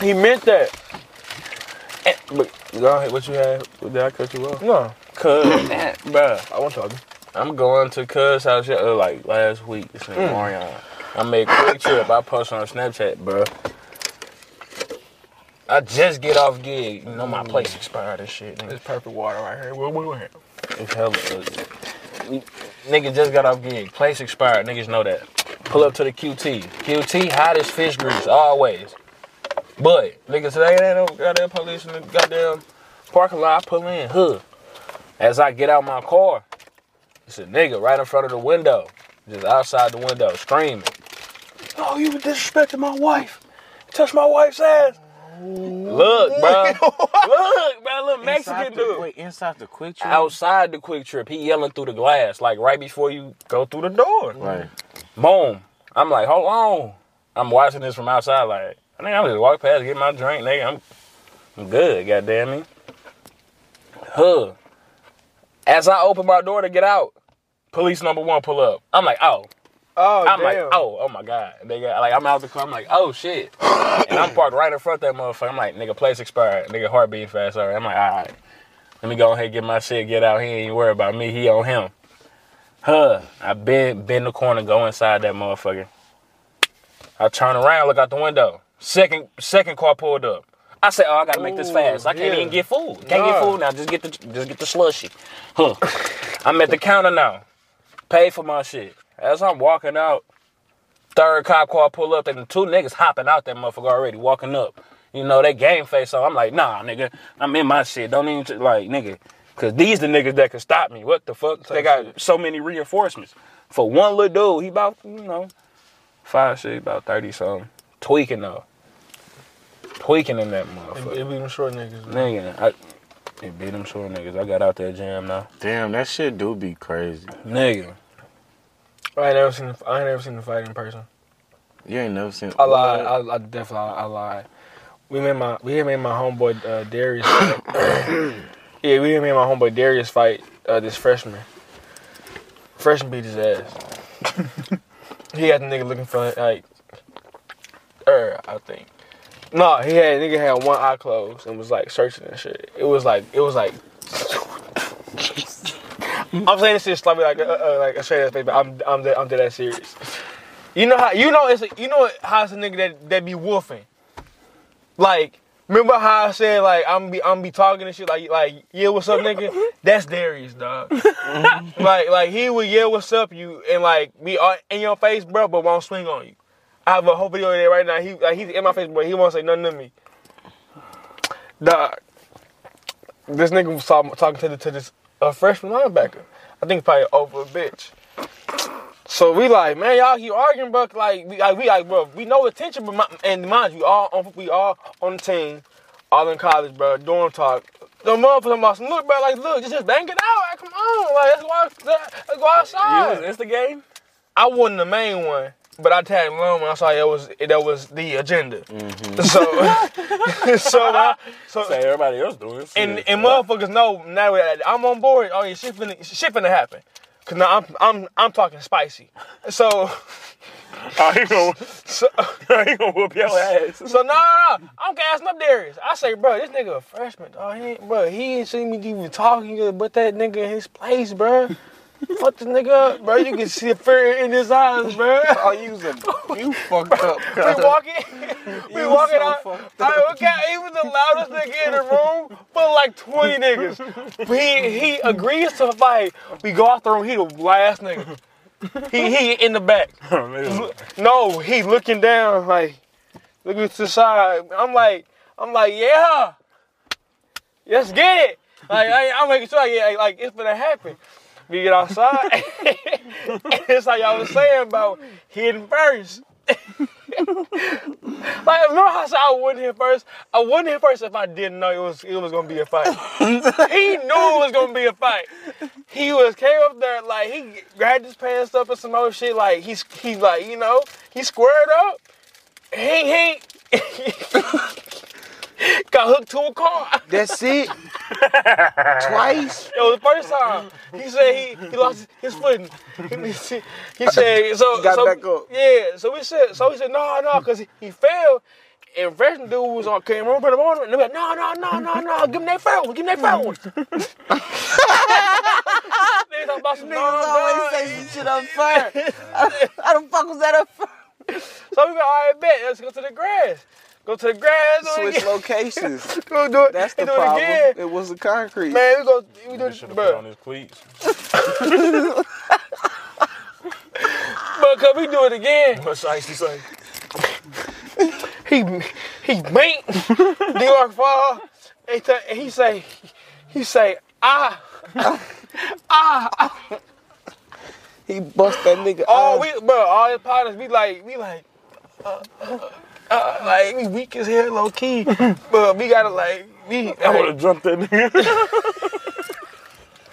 He meant that.
Mm-hmm. But go ahead, what you had? Did I cut you off?
No,
Cuz, bruh.
I won't talk.
I'm going to cuz house yeah, uh, like last week. This nigga Marion. I made a quick trip. I post on Snapchat, bro. I just get off gig. You know my place expired and shit. Nigga,
It's perfect water right here. What we here?
it's hella ugly. Nigga uh, just got off gig. Place expired. Niggas know that. Pull up to the QT. QT hottest fish grease always. But niggas today ain't no goddamn police in the goddamn parking lot. I pull in. Huh. As I get out my car, it's a nigga right in front of the window, just outside the window, screaming. Oh, you disrespecting my wife. Touch my wife's ass. Look, bro. Look, bro. Little Mexican dude.
Wait, inside the quick trip.
Outside the quick trip, he yelling through the glass, like right before you go through the door.
Right.
Boom. I'm like, hold on. I'm watching this from outside, like, I think I'm just walk past, get my drink, nigga. I'm, I'm good, goddamn me. Huh. As I open my door to get out, police number one pull up. I'm like, oh.
Oh,
I'm
damn.
like, oh, oh my god, nigga. Like I'm out the car. I'm like, oh shit, and I'm parked right in front of that motherfucker. I'm like, nigga, place expired. Nigga, heart beating fast. All right. I'm like, all right. Let me go ahead and get my shit. Get out. He ain't worried about me. He on him. Huh. I bend bend the corner, go inside that motherfucker. I turn around, look out the window. Second second car pulled up. I said, oh, I gotta make this fast. I can't
yeah.
even get food. Can't get
Nah.
food now. Just get the just get the slushy. Huh. I'm at the counter now. Paid for my shit. As I'm walking out, third cop car pull up, and the two niggas hopping out that motherfucker already walking up. You know, they game face on. I'm like, nah, nigga, I'm in my shit. Don't even, tr- like, nigga. Cause these the niggas that can stop me. What the fuck? They got so many reinforcements. For one little dude, he about, you know, five, shit, about 30 something. Tweaking though. Tweaking in that motherfucker.
It be them short niggas.
Nigga, I, it beat them short niggas. I got out that jam now.
Damn, that shit do be crazy.
Nigga.
I ain't never seen. the- I ain't never seen the fight in person.
You ain't never seen.
I lied. I, I definitely. I lied. We made my. We had made my homeboy uh, Darius. yeah, we had made my homeboy Darius fight uh, this freshman. Freshman beat his ass. he had the nigga looking for like, er, I think. No, he had nigga had one eye closed and was like searching and shit. It was like it was like. I'm saying this shit slightly like uh, uh, like a straight ass baby. I'm I'm that, I'm dead ass serious. You know how you know it's a, you know how it's a nigga that that be wolfing. Like remember how I said like I'm be I'm be talking and shit like like yeah what's up nigga that's Darius dog. like like he would yell what's up you and like be all in your face bro but won't swing on you. I have a whole video of that right now. He like he's in my face but he won't say nothing to me. Dog. This nigga was talking, talking to the, to this uh, freshman linebacker. I think probably over a bitch. So we like, man, y'all keep arguing, bro. Like, we like, we like, bro. We know the tension, but my, and mind you, all on, we all on the team, all in college, bro. Dorm talk. The motherfucker must look, bro. Like, look, just just bang it out. Like, come on, like, let's go, out- let's go outside.
You was instigating?
I wasn't the main one, but I tagged along when I saw that was that was the agenda. So, so, I, so
Mm-hmm. Say everybody else doing it.
and and motherfuckers know now that I'm on board. Oh yeah, shit finna, shit finna happen. Cause now I'm I'm I'm talking spicy. So
I ain't gonna,
so
I ain't gonna whoop your ass.
so no no no. I'm gassing up Darius. I say, bro, this nigga a freshman. Dog. He ain't, bro, he ain't seen me even talking good, but that nigga in his place, bro. Fuck this nigga up, bro. You can see the fear in his eyes, bro.
Oh, you was a, you fucked up.
We
cuz.
walking, we
You
walking
so
out.
fucked
I look at he was the loudest nigga in the room, but like twenty niggas. He he agrees to fight. We go out the room. He the last nigga. He he in the back.
Oh,
No, he looking down like looking to the side. I'm like I'm like yeah, let's get it. Like I, I'm making sure like, yeah, like it's gonna happen. We get outside. it's like y'all was saying about hitting first. Like remember how I said I wouldn't hit first? I wouldn't hit first if I didn't know it was it was gonna be a fight. he knew it was gonna be a fight. He was came up there like he grabbed his pants up and some other shit. Like he's he like you know he squared up. He he got hooked to a car.
That's it. Twice.
It was the first time. He said he, he lost his footing. He said so
Got
so,
back up.
Yeah. So we said so we said no no because he, he fell. And freshman dude was on came over the morning and they were like, no, no, no, no, no, give him that phone, give him that phone. they talking about some
Niggas
no,
always
no.
say some shit on fire. How the fuck was that up?
So we go, all right, bet, let's go to the grass. Go to the grass, do it
Switch
again.
locations.
Go do it.
That's the
do
problem.
It again.
It was the concrete.
Man, we go, we do
He
it,
should have put
bro.
on his cleats.
But could we do it again?
What's icy say?
he he bang D-Rock fall. He, t- he say he say ah
He bust that nigga.
all
ass.
we bro all his partners we like we like uh, uh, uh, like we weak as hell low key but we gotta like we
I would have jumped that nigga.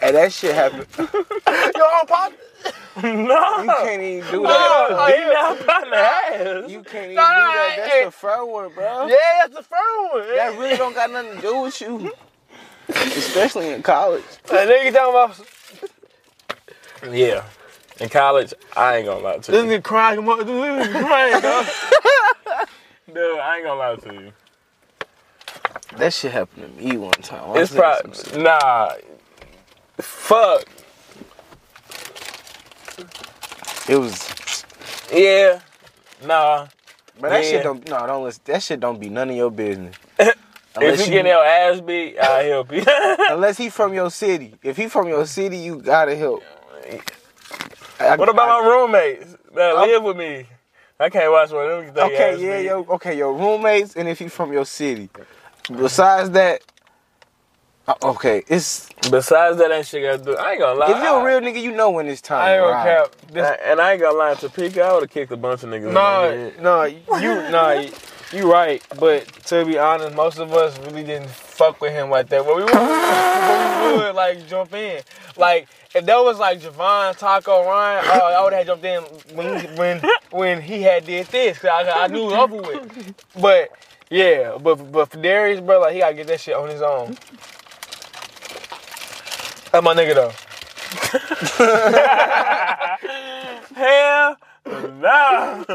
and that shit happened.
your own partner
You
no.
can't even do that.
no, like,
Now by the ass.
You can't even do
No, no,
that.
no,
That's
it-
the fur one, bro.
yeah that's the firm one
That really don't got nothing to do with you. Especially in college.
that nigga talking about
Yeah. In college, I ain't gonna lie to
this
you.
nigga crying come on, this nigga crying dog.
Dude, I ain't gonna lie to you.
That shit happened to me one time. I
It's
was in some
probably nah. Fuck.
shit. It was.
Yeah. Nah.
But that
Yeah.
shit don't. No, don't listen. That shit don't be none of your business.
If you getting your ass beat, I help you.
unless he from your city. If he from your city, you gotta help. I-
what
I-
about my roommates that live with me? I can't watch one of them. get their ass
Okay, yeah,
beat.
yo, okay, your roommates, and if you from your city. Besides that, uh, okay, it's
Besides that, that shit got to do. I ain't gonna lie.
if you're a real nigga, you know when it's time.
I ain't
to
gonna
ride.
cap this
I- and I ain't gonna lie, Topeka, I would have kicked a bunch of niggas. in the
No,
head.
no, you no, you right. But to be honest, most of us really didn't fuck with him like that. But we would, but we would like jump in. Like if that was like Javon, Taco, Ryan, oh, I would have jumped in when when when he had did this because I, I knew it was over with. But yeah, but but for Darius, bro, like he gotta get that shit on his own. That's my nigga though.
Hell no.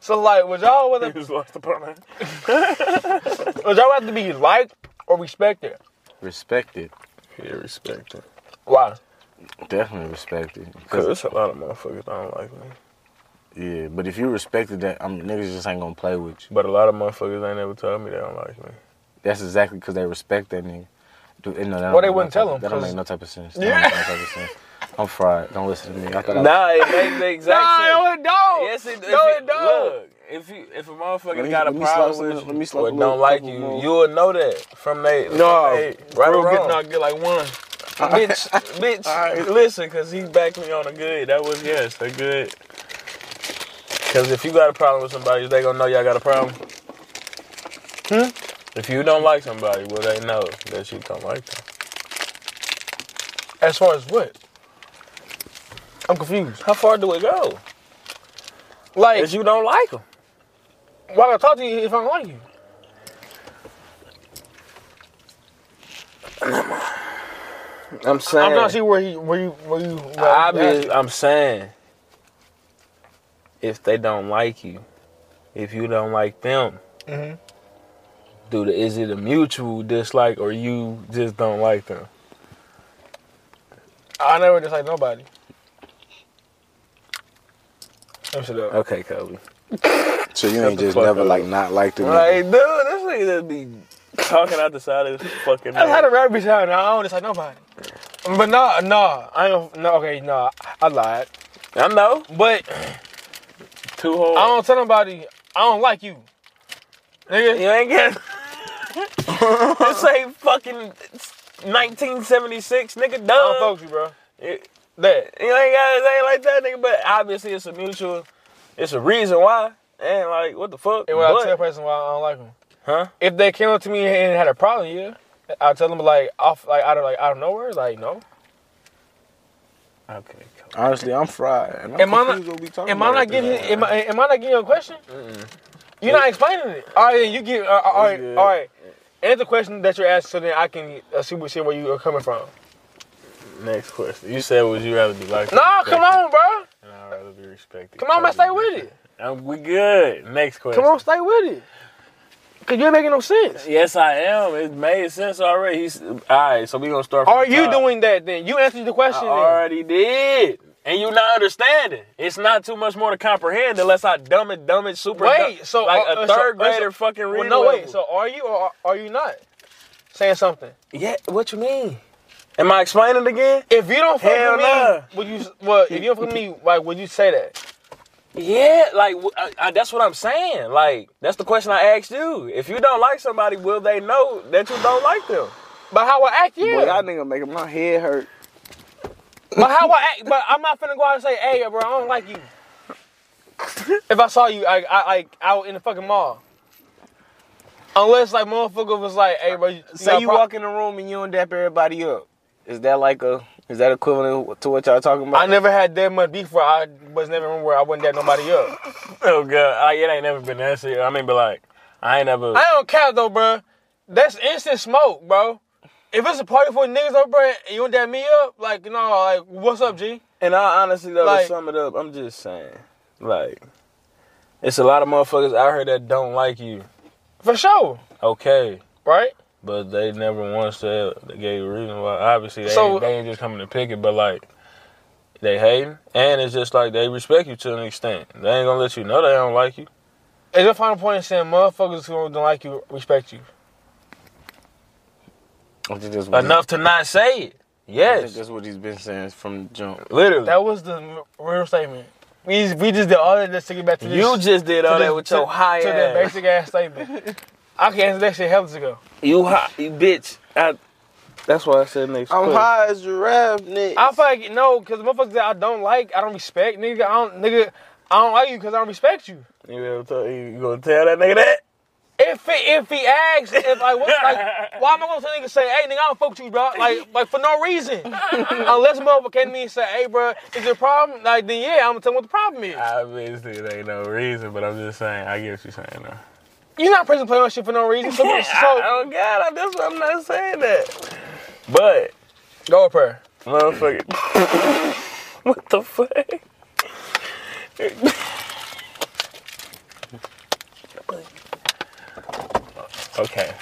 So like, would y'all
He
rather
just lost the partner.
would y'all rather be liked or respected?
Respected,
Yeah, respect it.
Why?
definitely respected.
Cause it's a lot of motherfuckers that don't like me.
Yeah, but if you respected that, I mean, niggas just ain't gonna play with you.
But a lot of motherfuckers ain't ever told me they don't like me.
That's exactly because they respect that nigga. Dude,
Well,
no, that don't
they
make
wouldn't
no
tell
type-
'em,
That don't
'cause-
make no type of sense. That don't make no type of sense. I'm fried. Don't listen to me. I thought I was-
Nah, it makes the exact same.
no, it don't.
Yes, it,
No,
if
it don't.
Look, if you if a motherfucker
Let me-
got a
let me
problem
slap some-
with
let
you
me slap
or
a little
don't like
couple
you,
more.
you will know that from
No,
they. from they, right or
real
wrong.
good. Not get like one.
bitch, bitch, listen, cause he backed me on a good. That was yes, a good. Cause if you got a problem with somebody, they gonna know y'all got a problem.
Hmm?
If you don't like somebody, well, they know that you don't like them.
As far as what? I'm confused.
How far do it go?
Like,
If you don't like them,
why would I talk to you if I don't like you?
I'm saying.
I'm not sure where he, where you, where you. Where
I
you at.
be, I'm saying, if they don't like you, if you don't like them, Mm-hmm.
Mhm.
do the, is it a mutual dislike or you just don't like them?
I never dislike nobody. That shit up.
Okay, Kobe.
So you ain't
the
just
fuck
never
up.
like not liked the nigga.
Like, dude, this nigga just be talking out the side of his fucking
I had a
mouth.
rabbit shot and I don't dislike nobody. But nah, nah, I don't. No, okay, nah, I lied.
I know,
But
too hard.
I don't tell nobody I don't like you, nigga.
you ain't get. this ain't fucking 1976, nigga. Dumb.
I don't fuck with you, bro.
It- that you ain't got it ain't like that, nigga. But obviously, it's a mutual. It's a reason why. And like, what the fuck?
And when I
But-
tell a person why I don't like them,
huh?
if they came up to me and had a problem, yeah, I tell them like off, like out of like out of nowhere, like no.
Okay. cool.
Honestly, I'm fried. And I'm
Am I not-
confused what we talking
Am I
about
not
right
getting? Am
now.
I, am I not getting your question? You're not explaining it. All right, you get. Uh, all right,
good.
all right. Answer the question that you're asked, so then I can uh, see what see where you are coming from.
Next question. You said, would you rather be like?
No, come on, bro.
And I'd rather be respected.
Come on, man, stay with it.
Um, we good. Next question.
Come on, stay with it. Cause you ain't making no sense.
Yes, I am. It made sense already. He's all right. So we gonna start. From
Are
the
you
top.
doing that then? You answered the
I
question. Then.
already did. And you not understanding. It's not too much more to comprehend unless I dumb it, dumb it, super.
Wait,
dumb-
so,
like
uh,
a
uh, so-
third
uh, so-
grader fucking
Well,
reading.
no, wait.
level.
So are you or are- are you not saying something?
Yeah, what you mean? Am I explaining it again?
If you don't fuck
Hell
with me,
nah.
would you? Well, if you don't fuck with me, like, would you say that?
Yeah, like w I I that's what I'm saying. Like that's the question I asked you. If you don't like somebody, will they know that you don't like them?
But how I act, yeah.
Boy, y'all nigga making my head hurt.
But how I act? But I'm not finna go out and say, "Hey, bro, I don't like you." if I saw you, I, I like out in the fucking mall. Unless like motherfucker was like, "Hey, bro, you,
Say
got
you
pro-
walk in the room and you don't dap everybody up. Is that like a? Is that equivalent to what y'all talking
I
about?
never had that much beef where I was never in where I wouldn't dab nobody up.
Oh god, I, it ain't never been that serious. I mean, but like, I ain't never.
I don't care though, bro. That's instant smoke, bro. If it's a party for niggas though, bro, and you don't dab me up, like, no, like, what's up, G?
And I honestly though,
Like-
to sum it up, I'm just saying, like, it's a lot of motherfuckers out here that don't like you.
For sure,
Okay.
right?
But they never once said they gave a reason why. Obviously, they,
So-
ain't, they ain't just coming to pick it, but like they hating, and it's just like they respect you to an extent. They ain't gonna let you know they don't like you.
Is your final point in saying motherfuckers who don't like you respect you?
I think that's what he-
enough to not say it.
I think
Yes,
that's what he's been saying from the jump.
literally.
That was the real statement. We just, we just did all of this to get back to this.
you just did
to
all
this-
that with
to-
your high
to that
ass.
basic ass statement. I can answer that shit hell ago.
You high, you bitch. I, that's why I said next.
I'm
question.
high as giraffe, nigga.
I feel like no, cause motherfuckers that I don't like, I don't respect, nigga. I don't, nigga, I don't like you cause I don't respect you.
You, ever tell, you gonna tell that nigga that?
If he, if he asks, if like, what, like, why am I gonna tell nigga say, hey, nigga, I don't fuck with you, bro? Like, like for no reason. Unless motherfucker came to me and say, hey, bro, is there a problem? Like, then yeah, I'm gonna tell him what the problem is.
Uh, Obviously, it ain't no reason, but I'm just saying. I get what you're saying. Though.
You're not prison playing on shit for no reason. So,
I,
so
oh God, I, that's why I'm not saying that. But
go with prayer.
motherfucker, what the fuck? okay.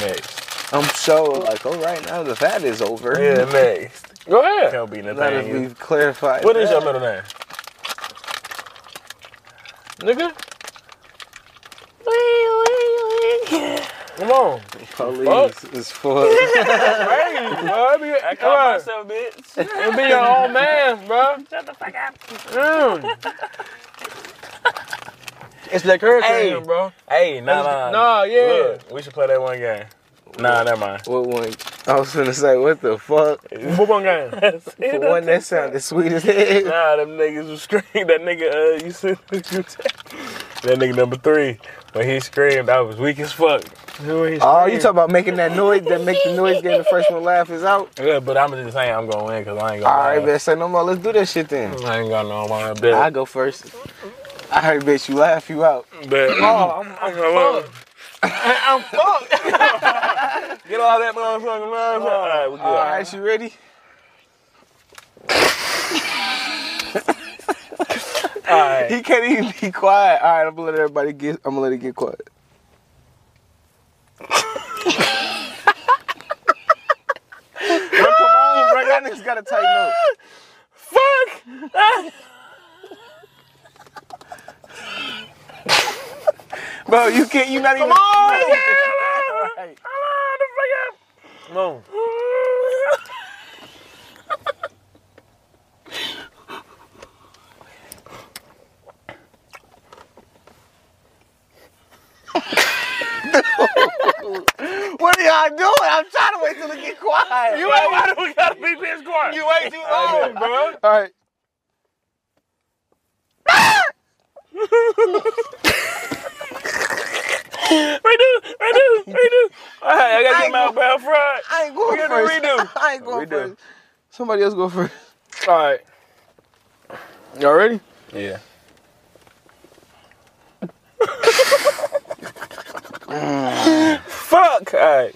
Next.
I'm sure, like, oh, right now the fat is over.
Yeah, next.
Go ahead.
Kobe
Let us
Nathaniel.
be clarified.
What is your middle name?
nigga. Come on.
Police is for
Hey, bro. I be,
I call
bruh,
myself bitch.
it be your old man, bro.
Shut the fuck up.
Mm.
It's Black Hurricane.
Hey, bro.
Hey, nah, nah.
Nah, yeah.
Look, we should play that one game. Nah, never mind.
What one? I was gonna say, what the fuck?
Football game.
For one that sounded sweet as hell.
Nah, them niggas was screaming. That nigga, uh, you said you That nigga number three, when he screamed, I was weak as fuck.
Oh, you talking about making that noise that make the noise getting the first one laugh is out?
Yeah, but I'm just saying I'm gonna win because I ain't gonna.
All right,
lie.
man. Say no more. Let's do that shit then.
I ain't got no one
I
bet.
go first. I heard, bitch, you laugh, you out.
bet. Oh, I'm, I'm gonna win.
I'm fucked.
Get all that motherfucking love. All right, we good.
All right, you ready?
All right.
He can't even be quiet. All right, I'm gonna let everybody get. I'm gonna let it get quiet. Bro, come on, bro. That nigga's gotta tighten up. Fuck. Bro, you can't. You're not even. Come on.
No.
What are y'all doing? I'm trying to wait till it get quiet.
You ain't why do we gotta be this quiet? You wait too long, bro.
All right.
Redo, redo, redo. All right, I gotta
I
get my
ain't
mouth fried.
I ain't going
Redo,
first.
redo.
I ain't going
Redo.
first. Somebody else go first.
All right. Y'all ready?
Yeah. Fuck. All right.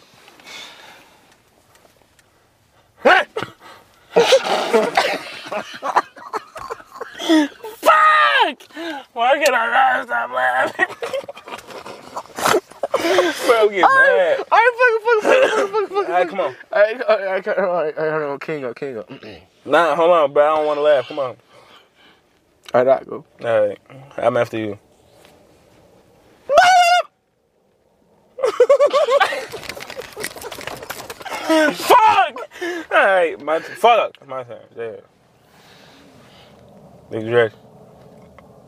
Fuck! Why can our eyes stop laughing? Bro, get mad.
All right, fucking, fucking, fucking, fucking,
All right, come on.
All right, all right, all right, all right, all right, all right, King up, King up. All
Nah, hold on, bro. I don't want to laugh. Come on.
right, I go.
All right, I'm after you. fuck! All right, my fuck, my turn. Yeah. Big dress.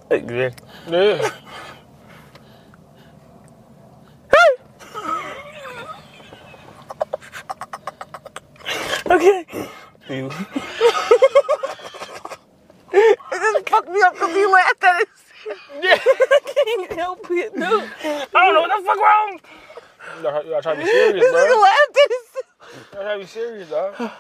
Big dress.
Yeah.
Okay. You. I don't know what the fuck wrong.
Y'all, y'all try to be serious, bro. Y'all try to be serious, dog.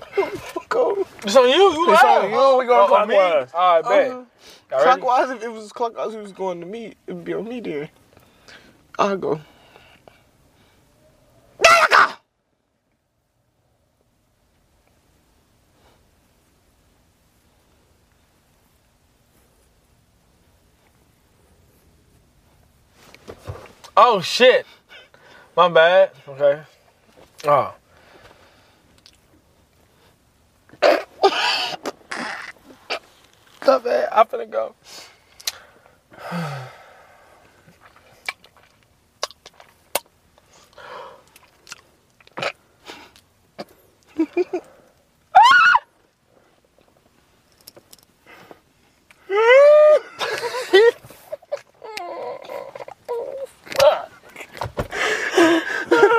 It's on you. You
It's
loud.
on you. We going
Oh,
clockwise.
clockwise.
All right, bet. Y'all ready?
Clockwise. If it was clockwise, it was going to me. It'd be on me then. I go.
Oh shit. My bad. Okay. Oh. My bad. I'm finna go.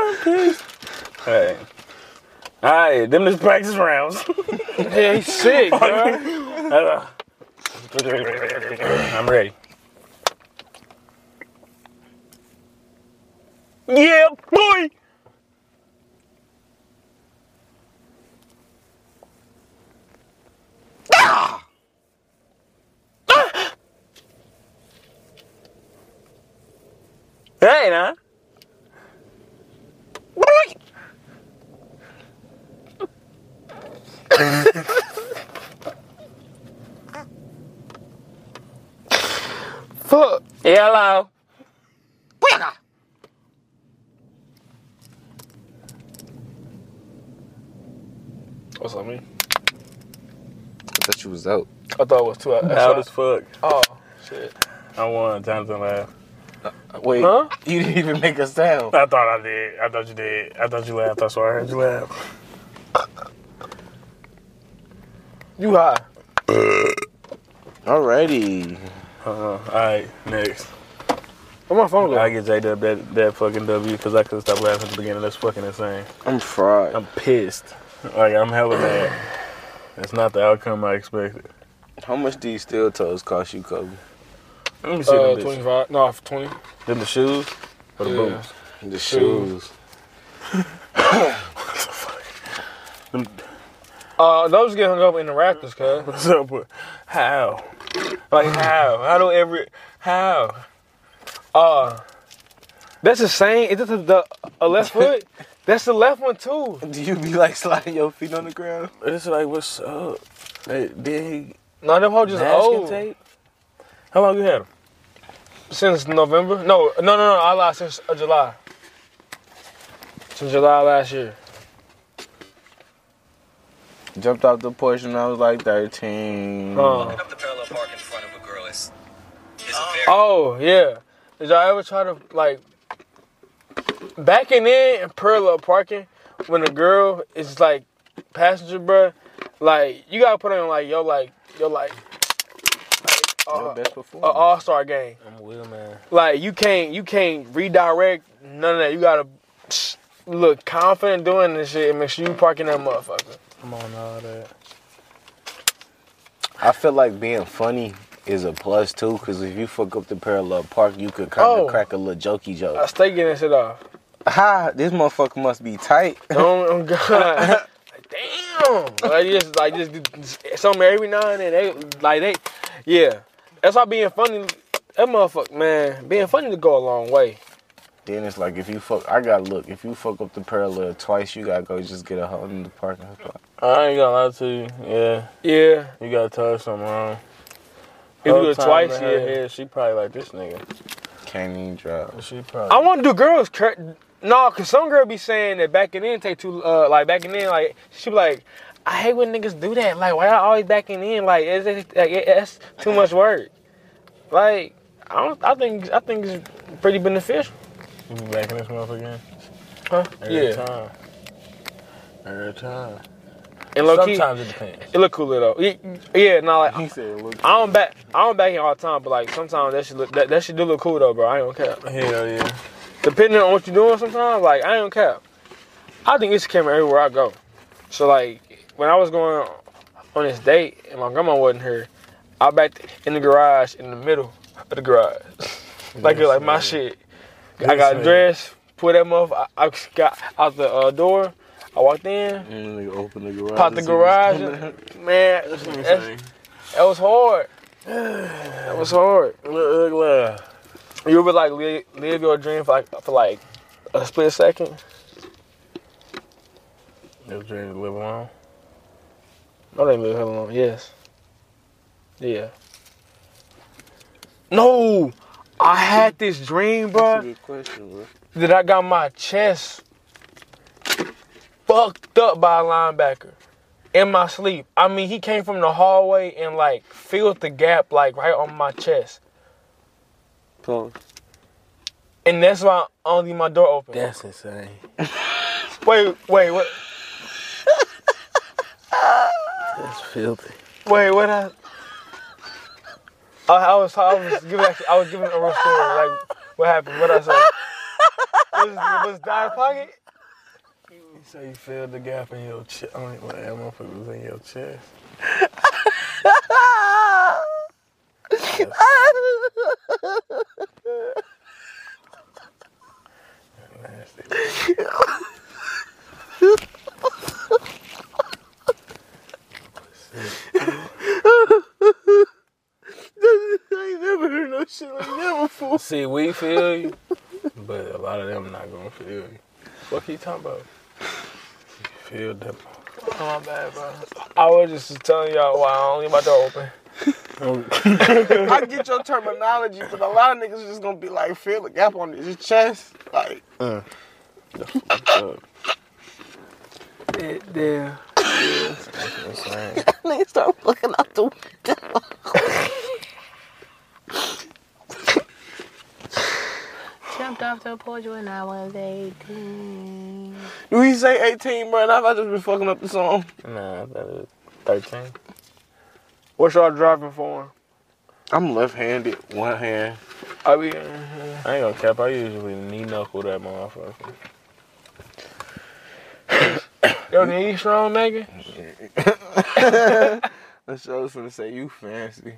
All right. All right, them just practice rounds.
Yeah, he's sick, bro.
I'm ready. Yeah, boy. Hey, now.
Fuck.
Hello.
What's up, man?
I thought you was out.
I thought it was two hours.
Out as fuck.
Oh, shit.
I won. Jonathan laughed.
Wait,
Huh?
you didn't even make a sound.
I thought I did. I thought you did. I thought you laughed. That's why I heard you laugh.
You high.
Alrighty.
Uh, all right, next.
Where my phone
I
going?
get J Dub that, that fucking W because I couldn't stop laughing at the beginning. That's fucking insane.
I'm fried.
I'm pissed. Like I'm hella mad. That's not the outcome I expected.
How much do these steel toes cost you, Kobe?
Let me see
Uh,
them, bitches.
25. No, 20.
Them the shoes or the
Yeah.
boots?
The
Shoes.
shoes.
Uh, those get hung up in the Raptors, cuz.
What's up with how? Like how? How do every how?
Uh, that's the same. Is this the, the a left foot? That's the left one, too.
Do you be like sliding your feet on the ground?
It's like what's up? That big
No, them hoes just
masking
old.
tape. How long you had them?
Since November? No, no, no, no. I lied since uh, July. Since July last year.
Jumped off the porch when I was like 13.
Uh,
up the parallel park in front of a girl is, is a very
oh, yeah. Did y'all ever try to, like, backing in and parallel parking when a girl is, like, passenger, bruh? Like, you gotta put on, like, yo, like, yo, like, like uh,
best
a
performer.
all star game.
I'm Will man.
Like, you can't, you can't redirect none of that. You gotta psh, look confident doing this shit and make sure you parking that motherfucker.
I'm on all that.
I feel like being funny is a plus too, because if you fuck up the parallel park, you could kind of
Oh.
crack a little jokey
I
joke.
stay getting that shit off.
Ha! Uh, This motherfucker must be tight.
Oh, oh god. Like, Damn. Like just like just, do some every now and then they like they yeah. That's why being funny that motherfucker man, being funny to go a long way.
Then it's like if you fuck, I gotta look. If you fuck up the parallel twice, you gotta go just get a hole in the parking spot.
I ain't gonna lie to you. Yeah,
Yeah.
you gotta tell her something wrong.
If you do
Whole
it
time
twice,
in her
yeah.
head, she probably like this nigga.
Can't even drive.
She probably.
I wanna do girls cur- no, cause some girl be saying that back in then take too uh like back in then like she be like I hate when niggas do that. Like why y'all always backing in? Like is it like it- that's too much work. Like I don't I think I think it's pretty beneficial.
You be backing this motherfucker in
Huh?
every
Yeah.
time. Every time.
And low key,
Sometimes it depends.
It look cooler though. Yeah, yeah nah, like I
said, "Look."
don't back, I don't back here all the time, but like sometimes that should look, that, that should do look cool though, bro. I ain't gonna cap.
Hell yeah.
Depending on what you're doing, sometimes like I ain't gonna cap. I think it's a camera everywhere I go. So like when I was going on this date and my grandma wasn't here, I backed in the garage in the middle of the garage, like it like my shit. I got
nigga.
dressed, put that motherfucker. I, I got out the uh, door. I walked in,
And then they open the garage.
popped the garage, and, man. that's- That was hard. That was hard.
Look, look,
You ever like live, live your dream for like for like a split second?
Your dream to live alone.
No, they live hell alone. Yes. Yeah. No, I had this dream, bro,
Good question, bro.
that I got my chest fucked up by a linebacker in my sleep. I mean, he came from the hallway and like filled the gap like right on my chest,
Close.
and that's why I only my door open.
That's insane.
Wait, wait, what?
That's filthy.
Wait, what? I, I, I was I was giving actually, I was giving a real story. Like what happened? What I said? Was was die pocket?
You say you filled the gap in your chest. I mean, like, that motherfucker was in your chest. That's nasty.
I ain't never heard no shit like that before.
See, we feel you, but a lot of them not gonna feel you. What you talking about? You feel them.
Oh my bad, bro. I was just telling y'all why I only my door open.
I get your terminology, but a lot of niggas just gonna be like, feel the gap on his chest. Like,
Yeah.
Nigga start looking out the window. Jumped off the porch when I was 18.
Do he say 18, bro? And I've I just been fucking up the song.
Nah, that is 13.
What's y'all driving for?
I'm left-handed, one hand.
I mean,
I ain't gonna cap. I usually knee knuckle that motherfucker.
yo, the knee strong, nigga.
That show was finna say you fancy.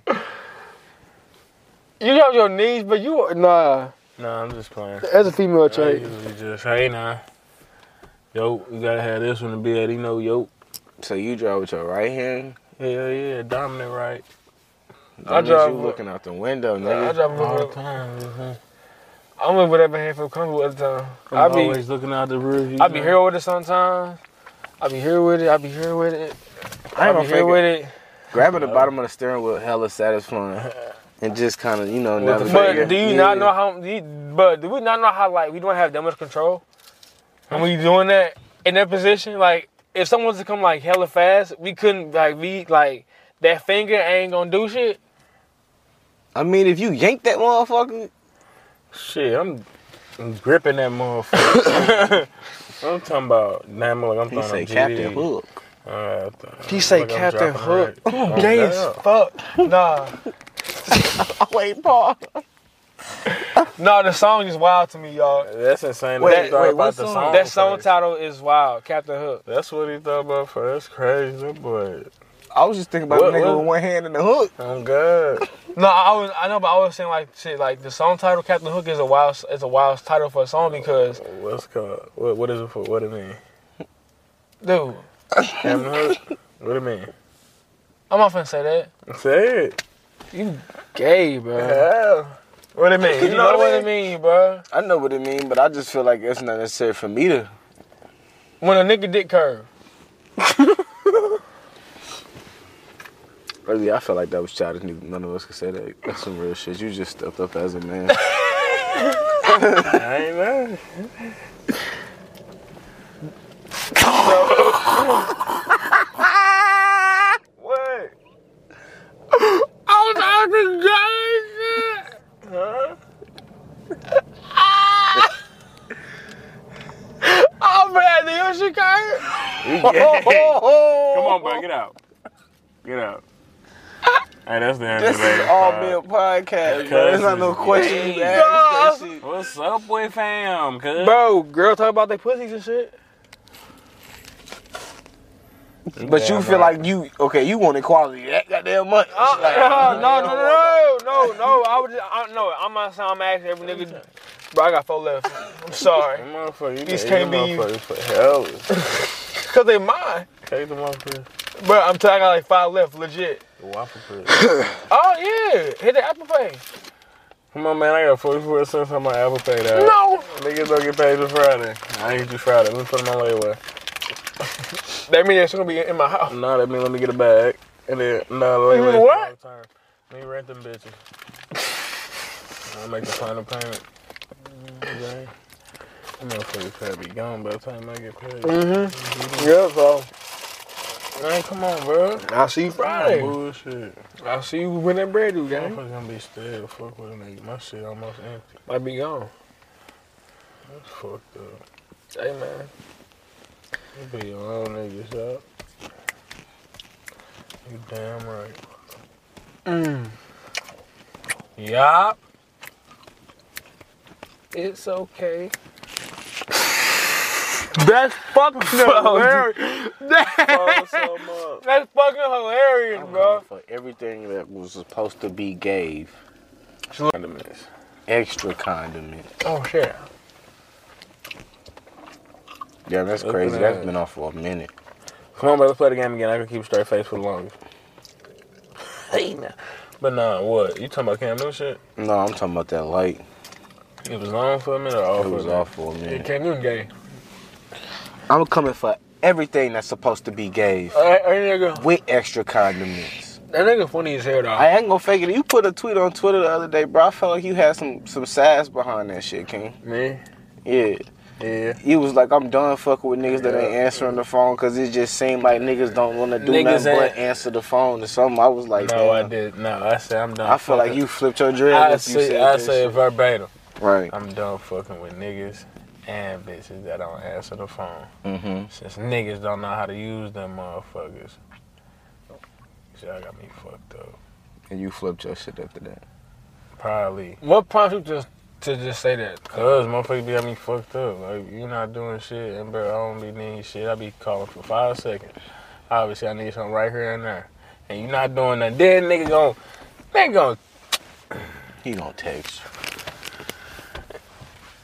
You have your knees, but you are- nah.
Nah, I'm just playing.
That's a female
I
trait.
usually just, hey, nah. Yo, you gotta have this one to be at, you know, yo.
So you drive with your right hand.
Yeah, yeah, dominant right.
I
That means
drive
You
with-
looking out the window,
I
nigga.
drive
All the
with
time. mhm.
I'm with whatever hand feel comfortable at the time.
I'm
I be
always looking out the rear view.
I be here with it sometimes. I be here with it. I be here with it. I,
ain't
be
gonna
here
fake
with it.
Grabbing the bottom of the steering wheel hella satisfying. And just kind of, you know,
the
But
navigate.
do you
Yeah.
not know how? Do you, but do we not know how? Like we don't have that much control when we doing that in that position. Like if someone was to come like hella fast, we couldn't like be like that finger ain't gonna do shit.
I mean, if you yank that motherfucker,
Shit, I'm, I'm gripping that motherfucker. I'm talking about, damn, look, I'm
he
throwing
say
a GD.
Captain Hook.
Alright, I
He say
Like I'm
Captain
dropping
Hook.
right.
I'm gay as
Yeah.
fuck. Nah,
Oh, wait, Paul.
nah. The song is wild to me, y'all.
That's insane.
Wait,
That-
wait,
about
what
the
song?
song
That song
first.
title is wild, Captain Hook.
That's what he thought about first. That's crazy, that boy.
I was just thinking about
What-
a nigga
what?
with one hand in the hook.
Oh God.
No, I was I know, but I was saying like shit. Like the song title, Captain Hook, is a wild is a wild title for a song because
What's it called? What what is it for? What it mean?
dude,
Captain Hook? What it mean?
I'm not finna say that.
Say it.
You gay, bro.
Yeah. What it mean?
You know what I mean, bro.
I know what it mean, but I just feel like it's not necessary for me to.
When a nigga dick curve.
Really, I feel like that was childish. None of us could say that. That's some real shit. You just stepped up as a man.
I ain't lying. what?
Ah! Oh man, nigga, she curve. Oh,
Come on, bud. Get out. Get out. Hey, that's the end
this
of the
is
day.
all
Uh,
male podcast, bro. There's not no question you
Nah.
ask. that shit.
What's up, boy, fam? Cause
Bro, girl talk about their pussies and shit.
But you feel like you okay? You want equality that goddamn much?
Uh, no, no, no, no, no, no. I would just, I, no. I'm not saying I'm asking every nigga. Bro, I got four left. I'm sorry,
Motherfucker, you
These
gotta
can't
eat them
be-
motherfuckers for hell.
cause they mine.
Take the motherfucker.
Bro, I'm telling you, I got like five left, legit.
The waffle pudding.
Oh yeah, hit the Apple Pay.
Come on, man. I got 44 cents on my Apple Pay. That
No,
Niggas don't get paid till Friday. I ain't get you Friday. Let me put them on layaway.
that means it's gonna be in my house.
No, that mean let me get a bag. And then, no, the layaway.
What?
Let me rent them bitches. I'll make the final payment. Mm-hmm. Okay. Motherfuckers probably be gone by the time I get paid.
Yeah, bro.
Mm-hmm. Man, come on, bro. Mm-hmm.
I'll see you Friday.
Bullshit.
I'll see you when that bread do, gang.
Motherfuckers gonna be stale. Fuck with a nigga. My shit almost empty.
Might be gone.
That's fucked up.
Hey man.
You be your own niggas up. You damn right. Mm.
Yup. It's okay. That's fucking hilarious.
Oh, so much.
That's fucking hilarious, bro.
For everything that was supposed to be gave,
Condiments.
extra condiment.
Oh shit.
Yeah, that's
Look
crazy.
at
That's
that.
been off for a minute.
Come on, bro, let's play the game again. I can keep a straight face for the longest. Hey, nah. But nah, what? You talking about Cam Newton shit?
No, I'm talking about that light.
It was on for a minute or off
It
for a
was
minute?
off for a
Yeah,
minute.
Cam Newton gay.
I'm coming for everything that's supposed to be gave
Hey, hey, nigga.
with extra condiments.
That nigga funny as hell though.
I ain't gonna fake it. You put a tweet on Twitter the other day, bro. I felt like you had some some sass behind that shit, King.
Me?
Yeah.
Yeah.
He was like, I'm done fucking with niggas that ain't answering the phone because it just seemed like niggas don't want to do
Niggas
nothing
ain't-
but answer the phone or something. I was like,
No, I
damn.
did. No, I said I'm done.
I feel like you flipped your dread.
I
if you
say,
said
I
that
say
shit.
verbatim.
right.
I'm done fucking with niggas and bitches that don't answer the phone.
Mm-hmm.
Since niggas don't know how to use them motherfuckers. Y'all got me fucked up.
And you flipped your shit after that.
Probably.
What prompted you to, to just say that?
Cause motherfuckers be got me fucked up. Like you not doing shit, and bro, I don't be needing shit. I be calling for five seconds. Obviously, I need something right here and there, and you not doing that. Then nigga gon' they gon'
He don't text.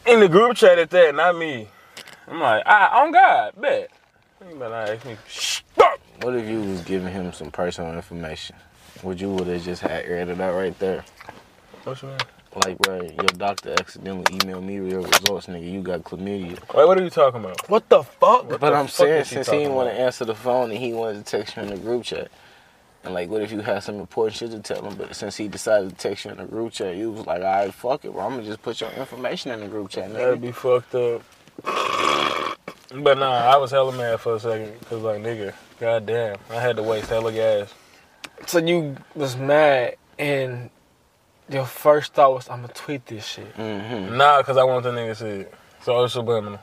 in the group chat at that, not me. I'm like, I on God, bet. You better not ask me. Shh, up.
What if you was giving him some personal information? Would you would have just had aired it out right there?
What you mean?
Like, right, your doctor accidentally emailed me your results, nigga. You got chlamydia.
Wait, what are you talking about?
What the fuck?
But
the
I'm
fuck
saying
is she
since he
talking
didn't want to
about?
answer the phone and he wanted to text you in the group chat. And like what if you had some important shit to tell him, but since he decided to text you in the group chat, you was like, alright, fuck it, bro. I'm gonna just put your information in the group chat,
That'd
nigga.
be fucked up. But nah, I was hella mad for a second, cause like nigga, goddamn, I had to waste hella gas.
So you was mad and your first thought was, I'm gonna tweet this shit.
Mm-hmm.
Mm.
Nah, cause I want the nigga to see it. So it's subliminal.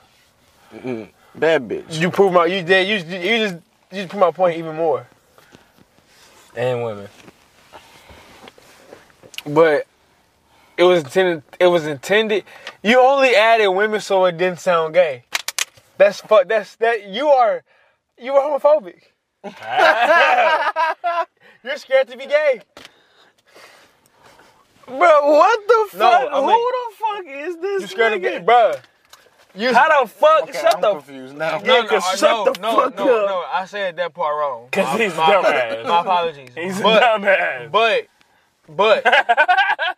Bad bitch.
You prove my you did you you just you just prove my point even more.
And women.
But it was intended. It was intended. You only added women so it didn't sound gay. That's fuck. That's that. You are, you are homophobic. You're scared to be gay.
Bro, what the
No,
fuck?
I mean-
Who the fuck is this?
You scared to
nigga?
be, bruh. You
How the fuck? shut
I'm
the f-
confused now.
no,
nigga, shut the
no,
fuck
no,
up.
no. I said that part wrong.
Cause he's
my,
dumbass.
my apologies.
He's a
but,
dumbass.
But, but,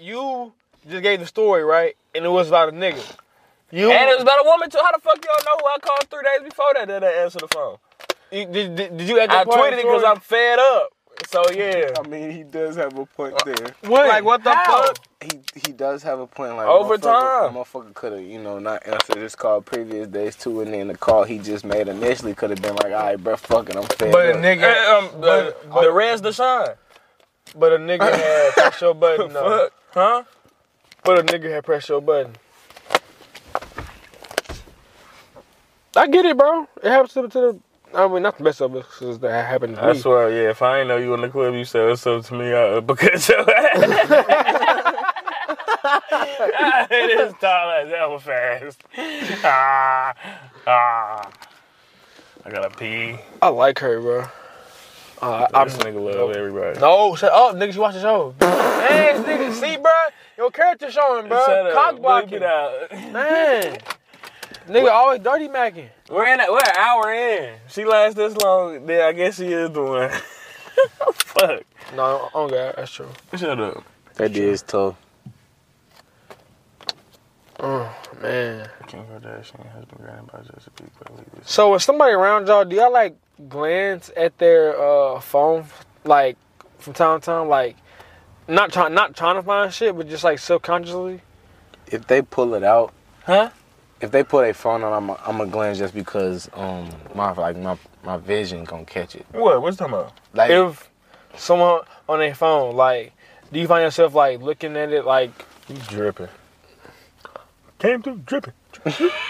you just gave the story, right? And it was about a nigga. You,
and it was about a woman too. How the fuck y'all know who I called three days before that didn't answer the phone?
you- did, did, did you at that
I
part of
tweeted
the
it because
story?
I'm fed up. So yeah.
I mean he does have a
Uh,
point there.
What? Like, what the
How?
fuck?
He he does have a point like
Overtime.
motherfucker, motherfucker could have, you know, not answered this call previous days too and then the call he just made initially could have been like, alright bro, fuck it, I'm fed
But a
up.
nigga,
Eh, um, the,
but,
the red's the shine.
but a nigga had press your button. though.
Fuck. Huh?
But a nigga had press your button. I get it, bro. It happens to, to the. I mean, not the best of us, 'cause that happened to
I
me.
swear, yeah. If I ain't know you in the club, you said what's up to me, I uppercut your ass. it is tall as hell fast. Ah, ah. I gotta pee.
I like her, bro. Uh, I- I'm
This nigga love everybody.
no shut up, niggas. You watch the show, ass nigga. See, bro, your character showing, bro.
Shut up.
Cock
Bleep
blocking,
it uh, out.
man. Nigga always dirty macking.
We're in. A, we're an hour in. She lasts this long. Then I guess she is the one. Fuck.
No, oh god, that's true.
Shut up.
That is tough.
Oh man.
Kim Kardashian has been granted by Jessica Biel.
So when somebody around y'all, do y'all like glance at their uh, phone, like from time to time, like not trying not trying to find shit, but just like subconsciously?
If they pull it out
Huh?
if they put a phone on, I'm a, I'm a glance just because um my like my my vision gonna catch it.
What? What you talking about?
Like
If someone on their phone, like, do you find yourself like looking at it, like
You dripping. Came through dripping.
he's gay?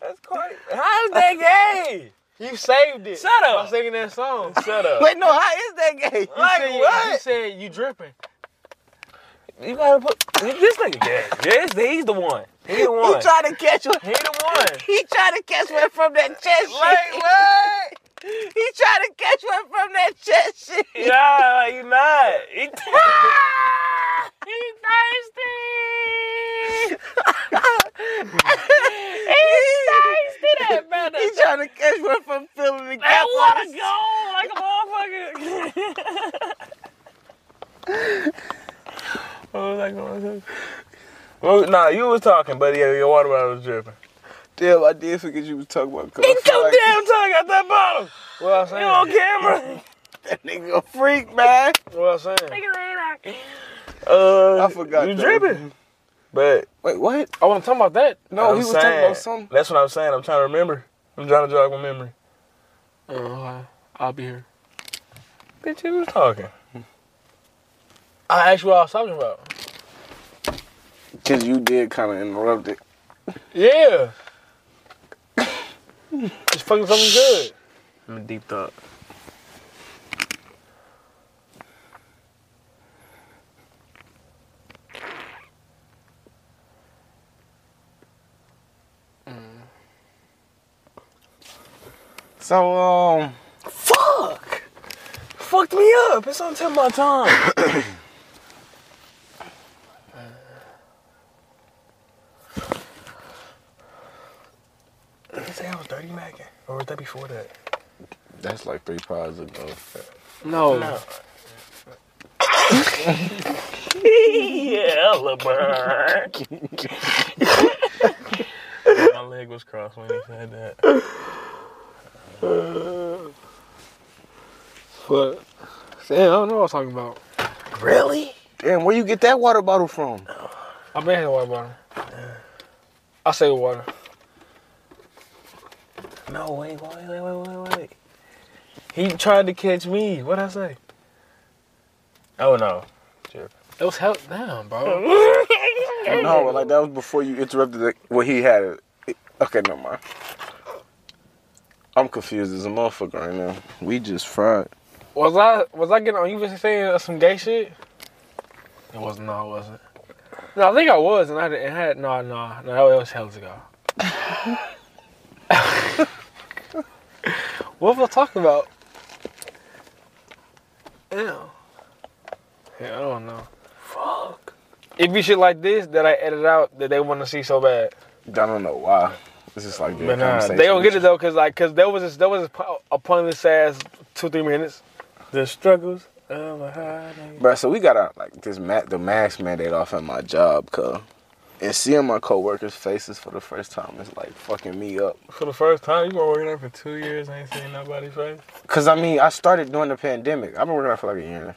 That's quite. How is that gay?
You saved it.
Shut up.
By singing that song.
Shut up.
no, how is that gay?
You
Like
said, You
what?
said you dripping.
You gotta put this nigga gay. Yes, he's the one. He the one.
to catch what
He the one.
he tried to catch one from that chest
Like what?
He tried to catch one from that chest shit.
Nah, like, you not. He, he thirsty.
He tried to catch one from filling the
That water gone like a motherfucker. what was I going to say? Well, nah, you was talking, but yeah, your water bottle was dripping.
Damn, I did forget you was talking about cause I
He
feel
so
like
damn tongue out that bottle.
What I'm saying?
You on camera?
that nigga a freak, man.
What I'm saying?
Uh,
I forgot
You
that.
dripping? But
Wait, what?
I want to talk about that.
No,
I'm
we was
saying-
talking about something.
That's what I'm saying. I'm trying to remember. I'm trying to jog my memory.
Oh, I'll be here.
Bitch, you was talking.
I asked you what I was talking about.
Cause you did kind of interrupt it.
Yeah. It's fucking something good.
I'm a deep thought. So um,
Fuck! Fucked me up. It's on tip of my tongue. Did you say I was dirty macking? Or was that before that?
that's like three pods ago.
No.
Yeah, LeBron. my leg was crossed when he said that.
But damn, I don't know what I was talking about.
Really?
Damn, where you get that water bottle from?
I've been having water bottle. I say water.
No, wait, wait, wait, wait, wait, wait. He tried to catch me. What'd I say? Oh no.
It was hell damn, bro.
No, like that was before you interrupted the, what he had. It. Okay, never mind. I'm confused as a motherfucker right now. We just fried.
Was I was I getting on you was saying some gay shit? It wasn't. No, it wasn't. No, I think I was, and I had, it had no, no, no. That was hell ago. what was I talking about? Damn. Yeah, I don't know. Fuck. It be shit like this that I edit out that they want to see so bad.
I don't know why. It's just like
But
that
nah,
conversation.
they gonna get it though, cause like, cause there was this, there was this, po- upon this ass two three minutes.
The struggles of a high name.
Bruh, so we got out like this ma- the max mandate off at my job, cuz. And seeing my coworkers' faces for the first time is like fucking me up.
For the first time, you been working there for two years, I ain't seen nobody's face.
Cause I mean, I started during the pandemic. I've been working out for like a year. now.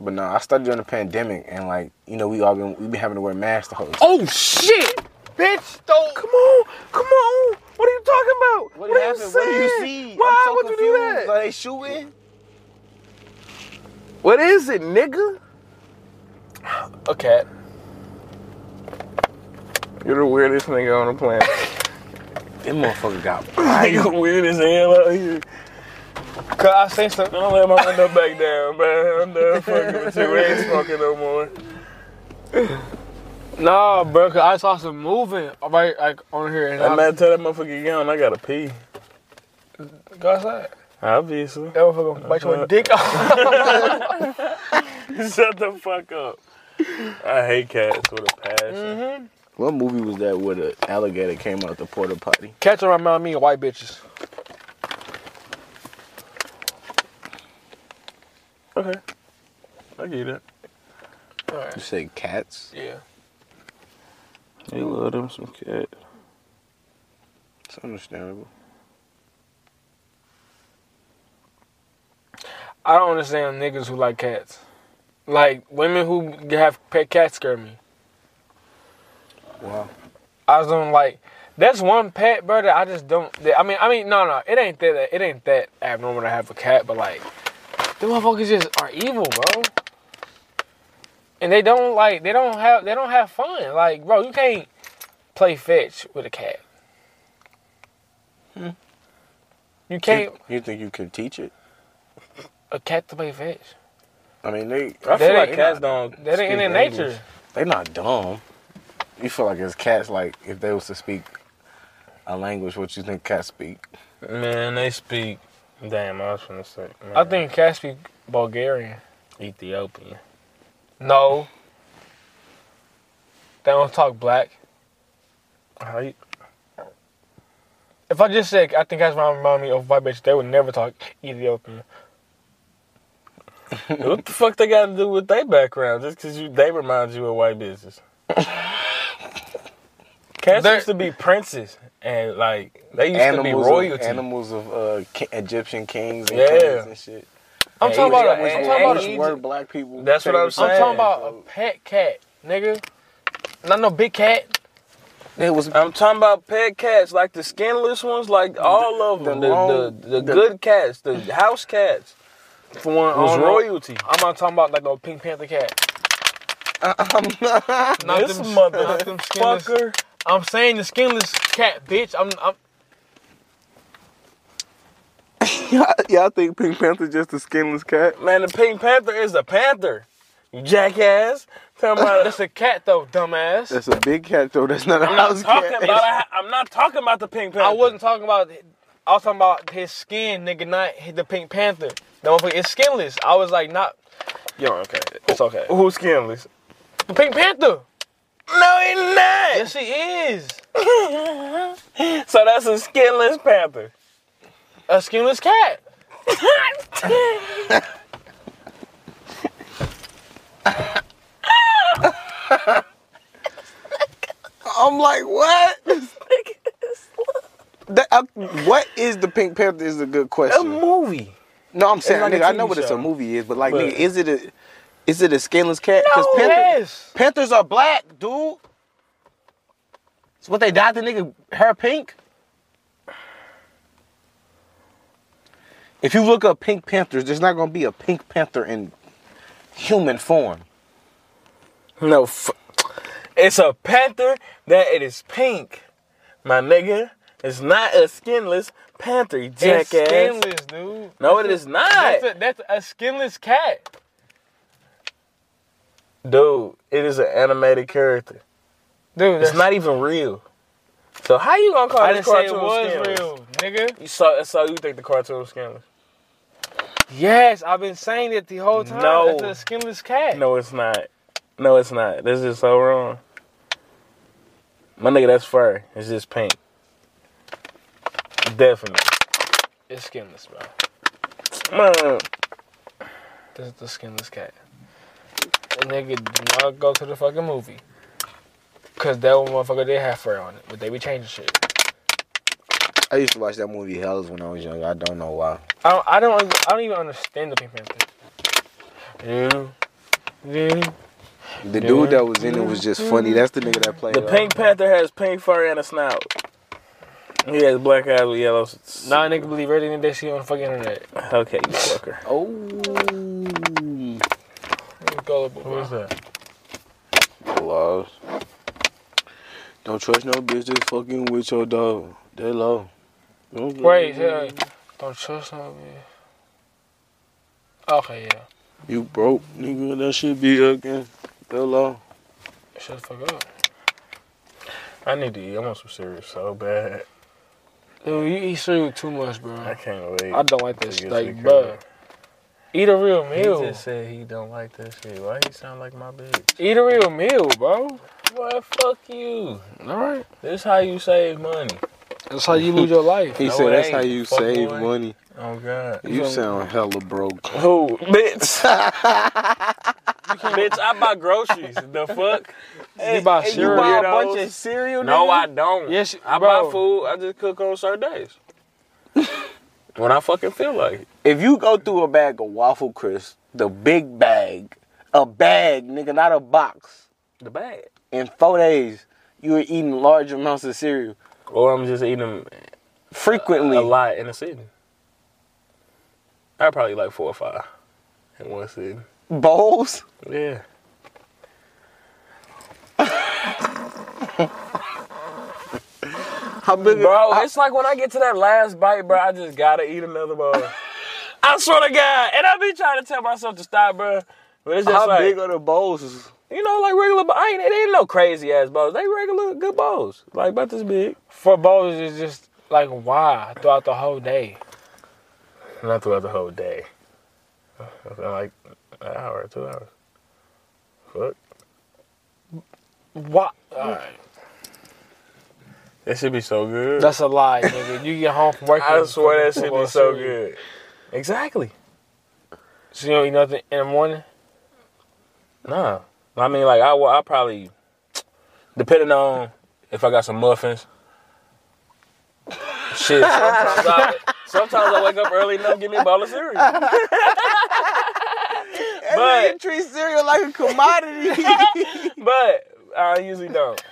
But no, I started during the pandemic, and like you know, we all been we been having to wear masks the whole time.
Oh shit, bitch! Don't
Come on, come on. What are you talking about? are you saying? Why would you do that?
Are they shooting? What is it, nigga?
a cat.
You're the weirdest nigga on the planet.
That motherfucker got.
You're weird as hell out here.
Cause I seen some.
I'm gonna let my window back down, man. I'm done fucking with you. We ain't smoking no more.
Nah, bro. Cause I saw some moving right like on here, and
I'm
I'm
about to tell that motherfucker get on. I gotta pee.
go outside.
Obviously.
That motherfucker gonna bite your dick off.
Shut the fuck up. Mm-hmm. I hate cats with a passion.
What movie was that where the alligator came out the porta potty?
Cats around around me, and white bitches.
Okay. I get it.
You say cats?
Yeah.
They love them some cat.
It's understandable.
I don't understand niggas who like cats. Like women who have pet cats scare me.
Wow.
I just don't like. That's one pet, bro. That I just don't. That, I mean, I mean, no, no. It ain't that. It ain't that abnormal to have a cat, but like, the motherfuckers just are evil, bro. And they don't like. They don't have. They don't have fun. Like, bro, you can't play fetch with a cat. Hmm. You can't
You, you think you could teach it?
a cat to play fetch.
I mean, they.
I
That
feel like
ain't-
cats don't.
That ain't in
speak
their
English.
nature.
They not dumb. You feel like it's cats. Like if they was to speak a language, what you think cats speak?
Man, they speak. Damn, I was gonna say. Man,
I think cats speak Bulgarian.
Ethiopian.
No. They don't talk black.
How you?
If I just said, I think that's why remind me of white bitch, they would never talk Ethiopian.
what the fuck they got to do with their background? Just because you, they remind you of white bitches. Cats
They're-
used to be princes and like they used to be
Animals,
royalty.
of, animals of uh, ki- Egyptian kings and
Yeah.
queens and shit.
I'm
Hey,
talking about.
yeah,
A,
and-
I'm talking about.
and-
A,
Were black people.
That's what I'm
famous?
I'm
saying.
talking about a pet cat. nigga. Not no big cat.
It was
I'm talking about pet cats, like the skinless ones, like all of them, the
long-
the, the, good cats, the house cats.
For one,
It was
I don't know.
royalty.
I'm not talking about like no Pink Panther cat. Not
This
them,
mother-
not them skinless.
Fucker.
I'm saying the skinless cat, bitch. I'm, I'm
y'all, y'all think Pink Panther just a skinless cat?
Man, the Pink Panther is a panther. You jackass. Talking about
that's a cat though, dumbass.
That's a big cat though. That's not a
I'm
house
not talking
cat.
about. I, I'm not talking about the Pink Panther.
I wasn't talking about. I was talking about his skin, nigga, not hi- the Pink Panther. The motherfucker is skinless. I was like, not
Yo, okay, it's okay.
who's skinless? The Pink Panther.
No, he's not.
Yes, he is.
So that's a skinless panther.
A skinless cat.
I'm like, what? That- I- what is the Pink Panther? Is a good question.
movie.
No, I'm saying,
like a
nigga, I
TV
know what it's a
show.
movie is, but like,
But-
nigga, is it a, is it a skinless cat?
Oh,
Panther-
yes.
Panthers are black, dude. It's what they dyed the nigga hair pink. If you look up Pink Panthers, there's not gonna be a Pink Panther in human form.
No, f- it's a panther that it is pink, my nigga. It's not a skinless panther, you
It's
jackass.
skinless, dude.
No, it is not,
That's a, that's a skinless cat.
dude. It is an animated character.
Dude,
It's not even real. So how you gonna call
I
this
didn't say
cartoon
it was
skinless?
real, nigga.
You saw, so you think the cartoon was skinless?
Yes, I've been saying it the whole time.
No.
That's a skinless cat.
No, it's not. No, it's not. This is so wrong. My nigga, that's fur. It's just pink. Definitely.
It's skinless, bro.
Man,
This is the skinless cat. And nigga, do not go to the fucking movie. Cause that one motherfucker did have fur on it, but they be changing shit.
I used to watch that movie Hells when I was younger. I don't know why.
I don't, I don't, I don't even understand the Pink Panther. Yeah, yeah.
The dude that was in it was just funny. That's the nigga that played.
the
uh,
Pink Panther has pink fur and a snout. He has black eyes with yellow. s-
Nah, nigga, believe everything they see on the fucking internet.
Okay, you fucker.
uh, Oh,
Nigga Gullible, bro.
that?
loves. Don't trust no bitch that's fucking with your dog. They low. Don't-
Wait, hey, don't trust no bitch. Okay, yeah.
You broke, nigga. That should be again. They low.
Shut the fuck up.
I need to eat. I want some cereal so bad.
Dude, you eat cereal too much,
I
bro.
can't wait.
I don't like this.
Yes, we
Like,
can.
bro. Eat a real
He
meal.
just said he don't like that shit. Why he sound like my bitch?
Eat a real meal, bro.
Well, fuck you.
All right.
This how you save money.
That's how you lose your life.
He
No,
said
it
that's
ain't,
how you
fuck
save
boy.
money.
Oh God.
You sound hella broke.
Who? Bitch. Bitch, I buy groceries. The fuck?
you buy
hey,
cereal.
buy a
though.
bunch of
cereal?
No, I don't.
Yes,
I
bro.
buy food. I just cook on certain days. when I fucking feel like it.
If you go through a bag of waffle crisp, the big bag, a bag, nigga, not a box,
The bag.
in four days, you were eating large amounts of cereal
Or I'm just eating them
frequently.
a lot in a sitting. I probably like four or five in one sitting.
Bowls?
Yeah.
How big?
Bro, it's like when I get to that last bite, bro, I just gotta eat another bowl. I swear to God. And I've been trying to tell myself to stop, bro. But it's just
how
like,
big are the bowls?
you know, like regular, bo- I ain't, it ain't no crazy ass bowls. They regular good bowls. Like about this big.
For bowls is just like why throughout the whole day.
Not throughout the whole day. Like an hour, two hours. Fuck.
Why? All right.
That should be so good.
That's a lie, nigga. You get home from work.
I
and-
swear that should
Well,
be so
cereal.
good. Exactly.
So you don't eat nothing in the morning?
Nah. I mean, like, I, wa- I probably, depending on if I got some muffins. Shit, sometimes I, sometimes I wake up early enough, give me a bowl of cereal. but But-
nigga treat cereal like a commodity.
But I usually don't.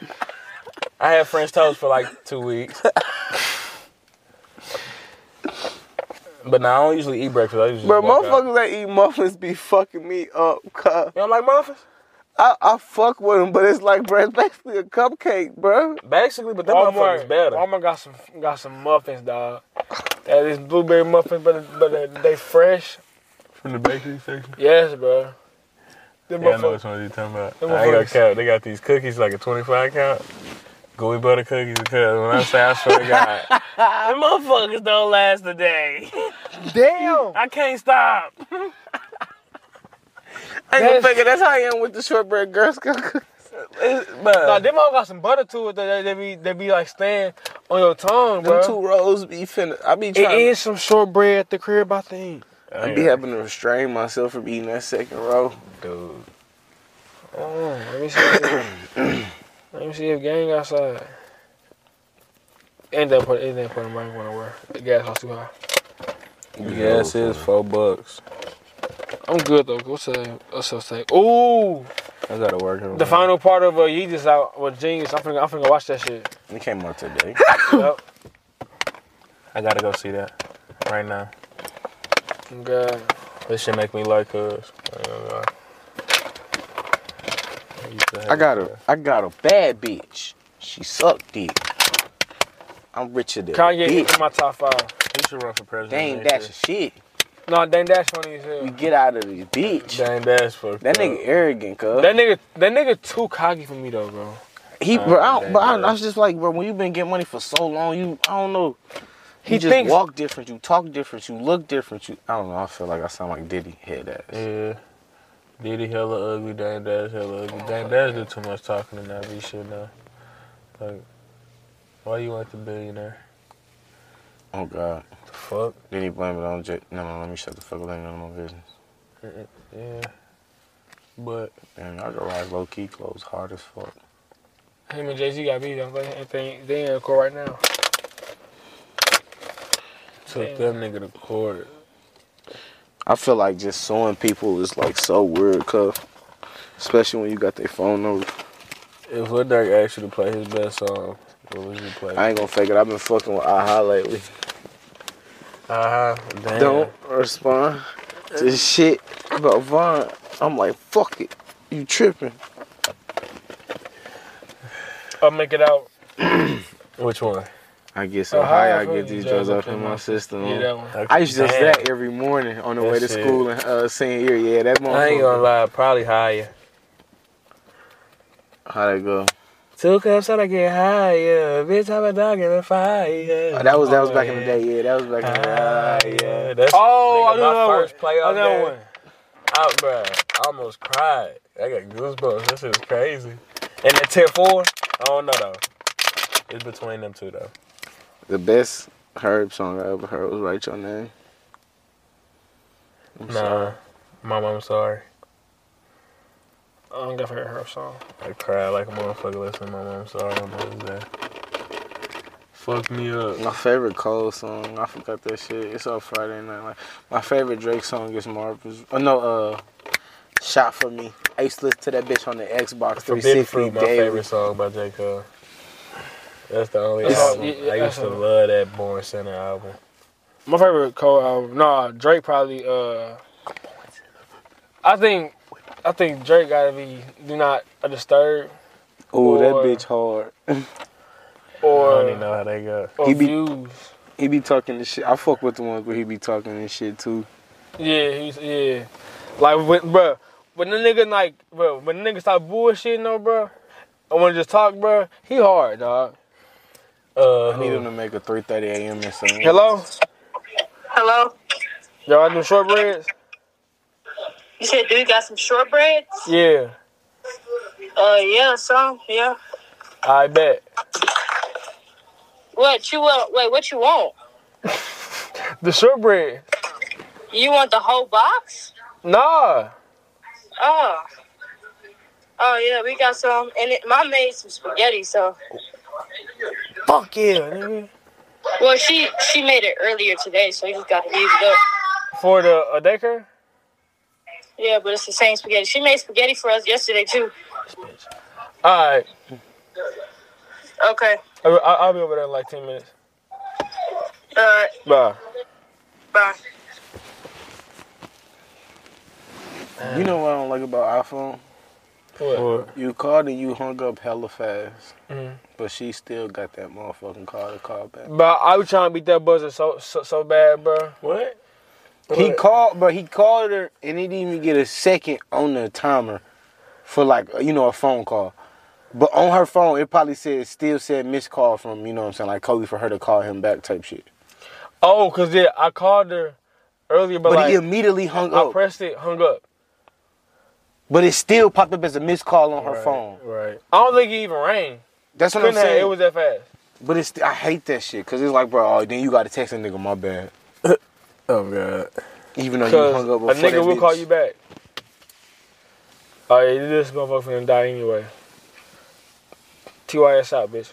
I had French toast for like two weeks. But now I don't usually eat breakfast. I usually
Bro,
just walk out.
motherfuckers that eat muffins be fucking me up, cuz.
You don't like muffins?
I, I fuck with them, but it's like, bro, it's basically a cupcake, bro.
Basically, but that motherfucker's
Walmart,
better.
Walmart got Oh, some got some muffins, dog. That is blueberry muffins, but but they- they fresh.
From the bakery section?
Yes, bro. Them
Yeah, I know
motherfuckers-
which one you're talking about.
Them
I ain't gonna
motherfuckers.
count. They got these cookies, like a 25 count. Gooey butter cookies, because when I say I swear to God. them motherfuckers don't last a day.
Damn.
I can't stop.
I ain't gonna
That's-
figure that's how I am with the shortbread Girl Scout cookies.
It's-
Nah,
but
them all got some butter to it that they, they be they be like staying on your tongue,
Them
bro.
two rolls be finna. I be
It
trying.
is some shortbread at the crib, I think.
I be having to restrain myself from eating that second row.
Dude.
Oh, let me see. If, let me see if gang outside. Ain't that part? Ain't that part of mine going to work? The gas house too high.
Yes, it's four bucks.
I'm good though. What's up? What's up? Say, ooh,
I gotta work on
the final part of uh, Yeezus out with Genius. I'm finna, I'm finna watch that shit.
It came out today.
Yup.
I gotta go see that right now.
I'm good.
This shit make me like us. I ain't gonna lie. I used to hate
I got a, I got a bad bitch. She sucked dick. I'm richer than a
Kanye in
bitch.
my top five.
that. You should run for president.
Dang,
next
that's shit.
No, Dang Dash funny as
We
hell.
get out of this bitch.
year. Dang, that's for
That uh, nigga arrogant, cuz.
That nigga, that nigga too cocky for me though, bro.
He, bro, I,
that
don't, but I,
girl.
I was just like, bro, when you been getting money for so long, you, I don't know. You
He
just
thinks-
walk different, you talk different, you look different. You, I don't know. I feel like I sound like Diddy head ass.
Yeah. Diddy hella ugly, Dang Dash hella ugly. Dang Dash do too much talking and not be shit now. Like, why you want the billionaire?
Oh God,
The fuck?
did he blame it on J? No, no, let me shut the fuck up. Let me none of my business.
Yeah. But
Damn, y'all garage low key closed hard as fuck.
Him and Jay Z got beat. I'm like, they ain't- they ain't in court right now.
took them nigga to court.
I feel like just suing people is like so weird, cuz. Especially when you got their phone number.
If Lil Durk asked you to play his best song, what would you play?
I ain't gonna fake it. I've been fucking with Aha lately.
Uh, damn.
Don't respond to shit about Vaughn. I'm like, fuck it. You tripping.
I'll make it out.
Which one?
I get so
Oh,
high,
hi,
I get these drugs up in my system.
Yeah, that one.
I used to just
Damn.
that every morning on the
That
way to
shit.
school and uh, senior year. Yeah, that
I ain't gonna
motherfucker.
lie, probably higher.
How'd it go?
Two cups and I get higher. Bitch, I'm a dog in the fire.
Oh, that was that was back in the day. Yeah, that was back in the day. Ah, yeah.
Higher. That's
Oh,
nigga,
I know
my
that
first
one.
play
Oh,
on
that
that
one.
one. Out, bruh. I almost cried. I got goosebumps. This is crazy. And the 10 4, I don't know though. It's between them two though.
The best Herb song I ever heard was "Write Your Name."
Nah. Mama, I'm sorry.
I don't got her her song.
I cried like a motherfucker listening to my mom. Sorry, my mother's day. Fuck me up.
My favorite Cole song, I forgot that shit. It's on Friday night. Like my favorite Drake song is Marvin's. Oh no, uh, "Shot for Me." I used to listen to that bitch on the Xbox
Forbidden
360
Fruit, my
daily.
favorite song by J. Cole. That's the only
That's-
album.
yeah,
I
yeah,
used to
that's a-
love that Born Center album.
My favorite Cole album. Nah, Drake probably. uh I think, I think Drake gotta be Do Not Disturb
Oh, that
Or-
bitch hard.
I don't
or,
even know how they go.
or
He be-
Views.
He be talking this shit. I fuck with the ones where he be talking this shit too.
Yeah, he's yeah. Like when bruh, when the nigga like bro, when the nigga stop bullshitting though, bro, I wanna just talk, bruh, he hard, dog.
Uh,
I need him
who?
to make a 3:30 a.m. and something.
Hello?
Hello.
Y'all do shortbreads?
You said, dude, got some shortbreads?
Yeah.
Uh, yeah, some, yeah.
I bet.
What you want? Wait, what you want?
The shortbread.
You want the whole box?
Nah.
Oh. Oh yeah, we got some, and it, mom made some spaghetti. So,
Fuck yeah, nigga.
well, she she made it earlier today, so you just gotta use it up.
For the a decker?
Yeah, but it's the same spaghetti. She made spaghetti for us yesterday too.
All right,
Okay.
I'll, I'll be over there in like ten minutes.
All right.
Bye.
Bye.
You know what I don't like about iPhone? You called and you hung up hella fast,
Mhm.
but she still got that motherfucking call to call back.
But I was trying to beat that buzzer so so, so bad, bro.
What?
He called, but he called her and he didn't even get a second on the timer for like you know a phone call. But on her phone, it probably said still said missed call from you know what I'm saying like Kobe for her to call him back type shit.
Oh, cause yeah, I called her earlier, but,
But
like
he immediately hung
I
up.
pressed it, hung up.
but it still popped up as a missed call on her phone.
Right.
I don't think it even rang.
That's what I'm
Couldn't have,
saying.
it was that fast.
but it's I hate that shit because it's like bro, oh, then you got to text a nigga my bad.
Oh god.
Even though you
Cause
hung up
a
before
nigga
that
will call
bitch.
you back. Oh yeah, this motherfucker finna die anyway. TYS out, bitch.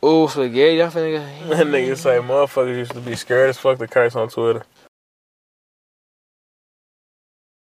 oh, spaghetti. Y'all finna
That nigga say motherfuckers used to be scared as fuck to curse on Twitter.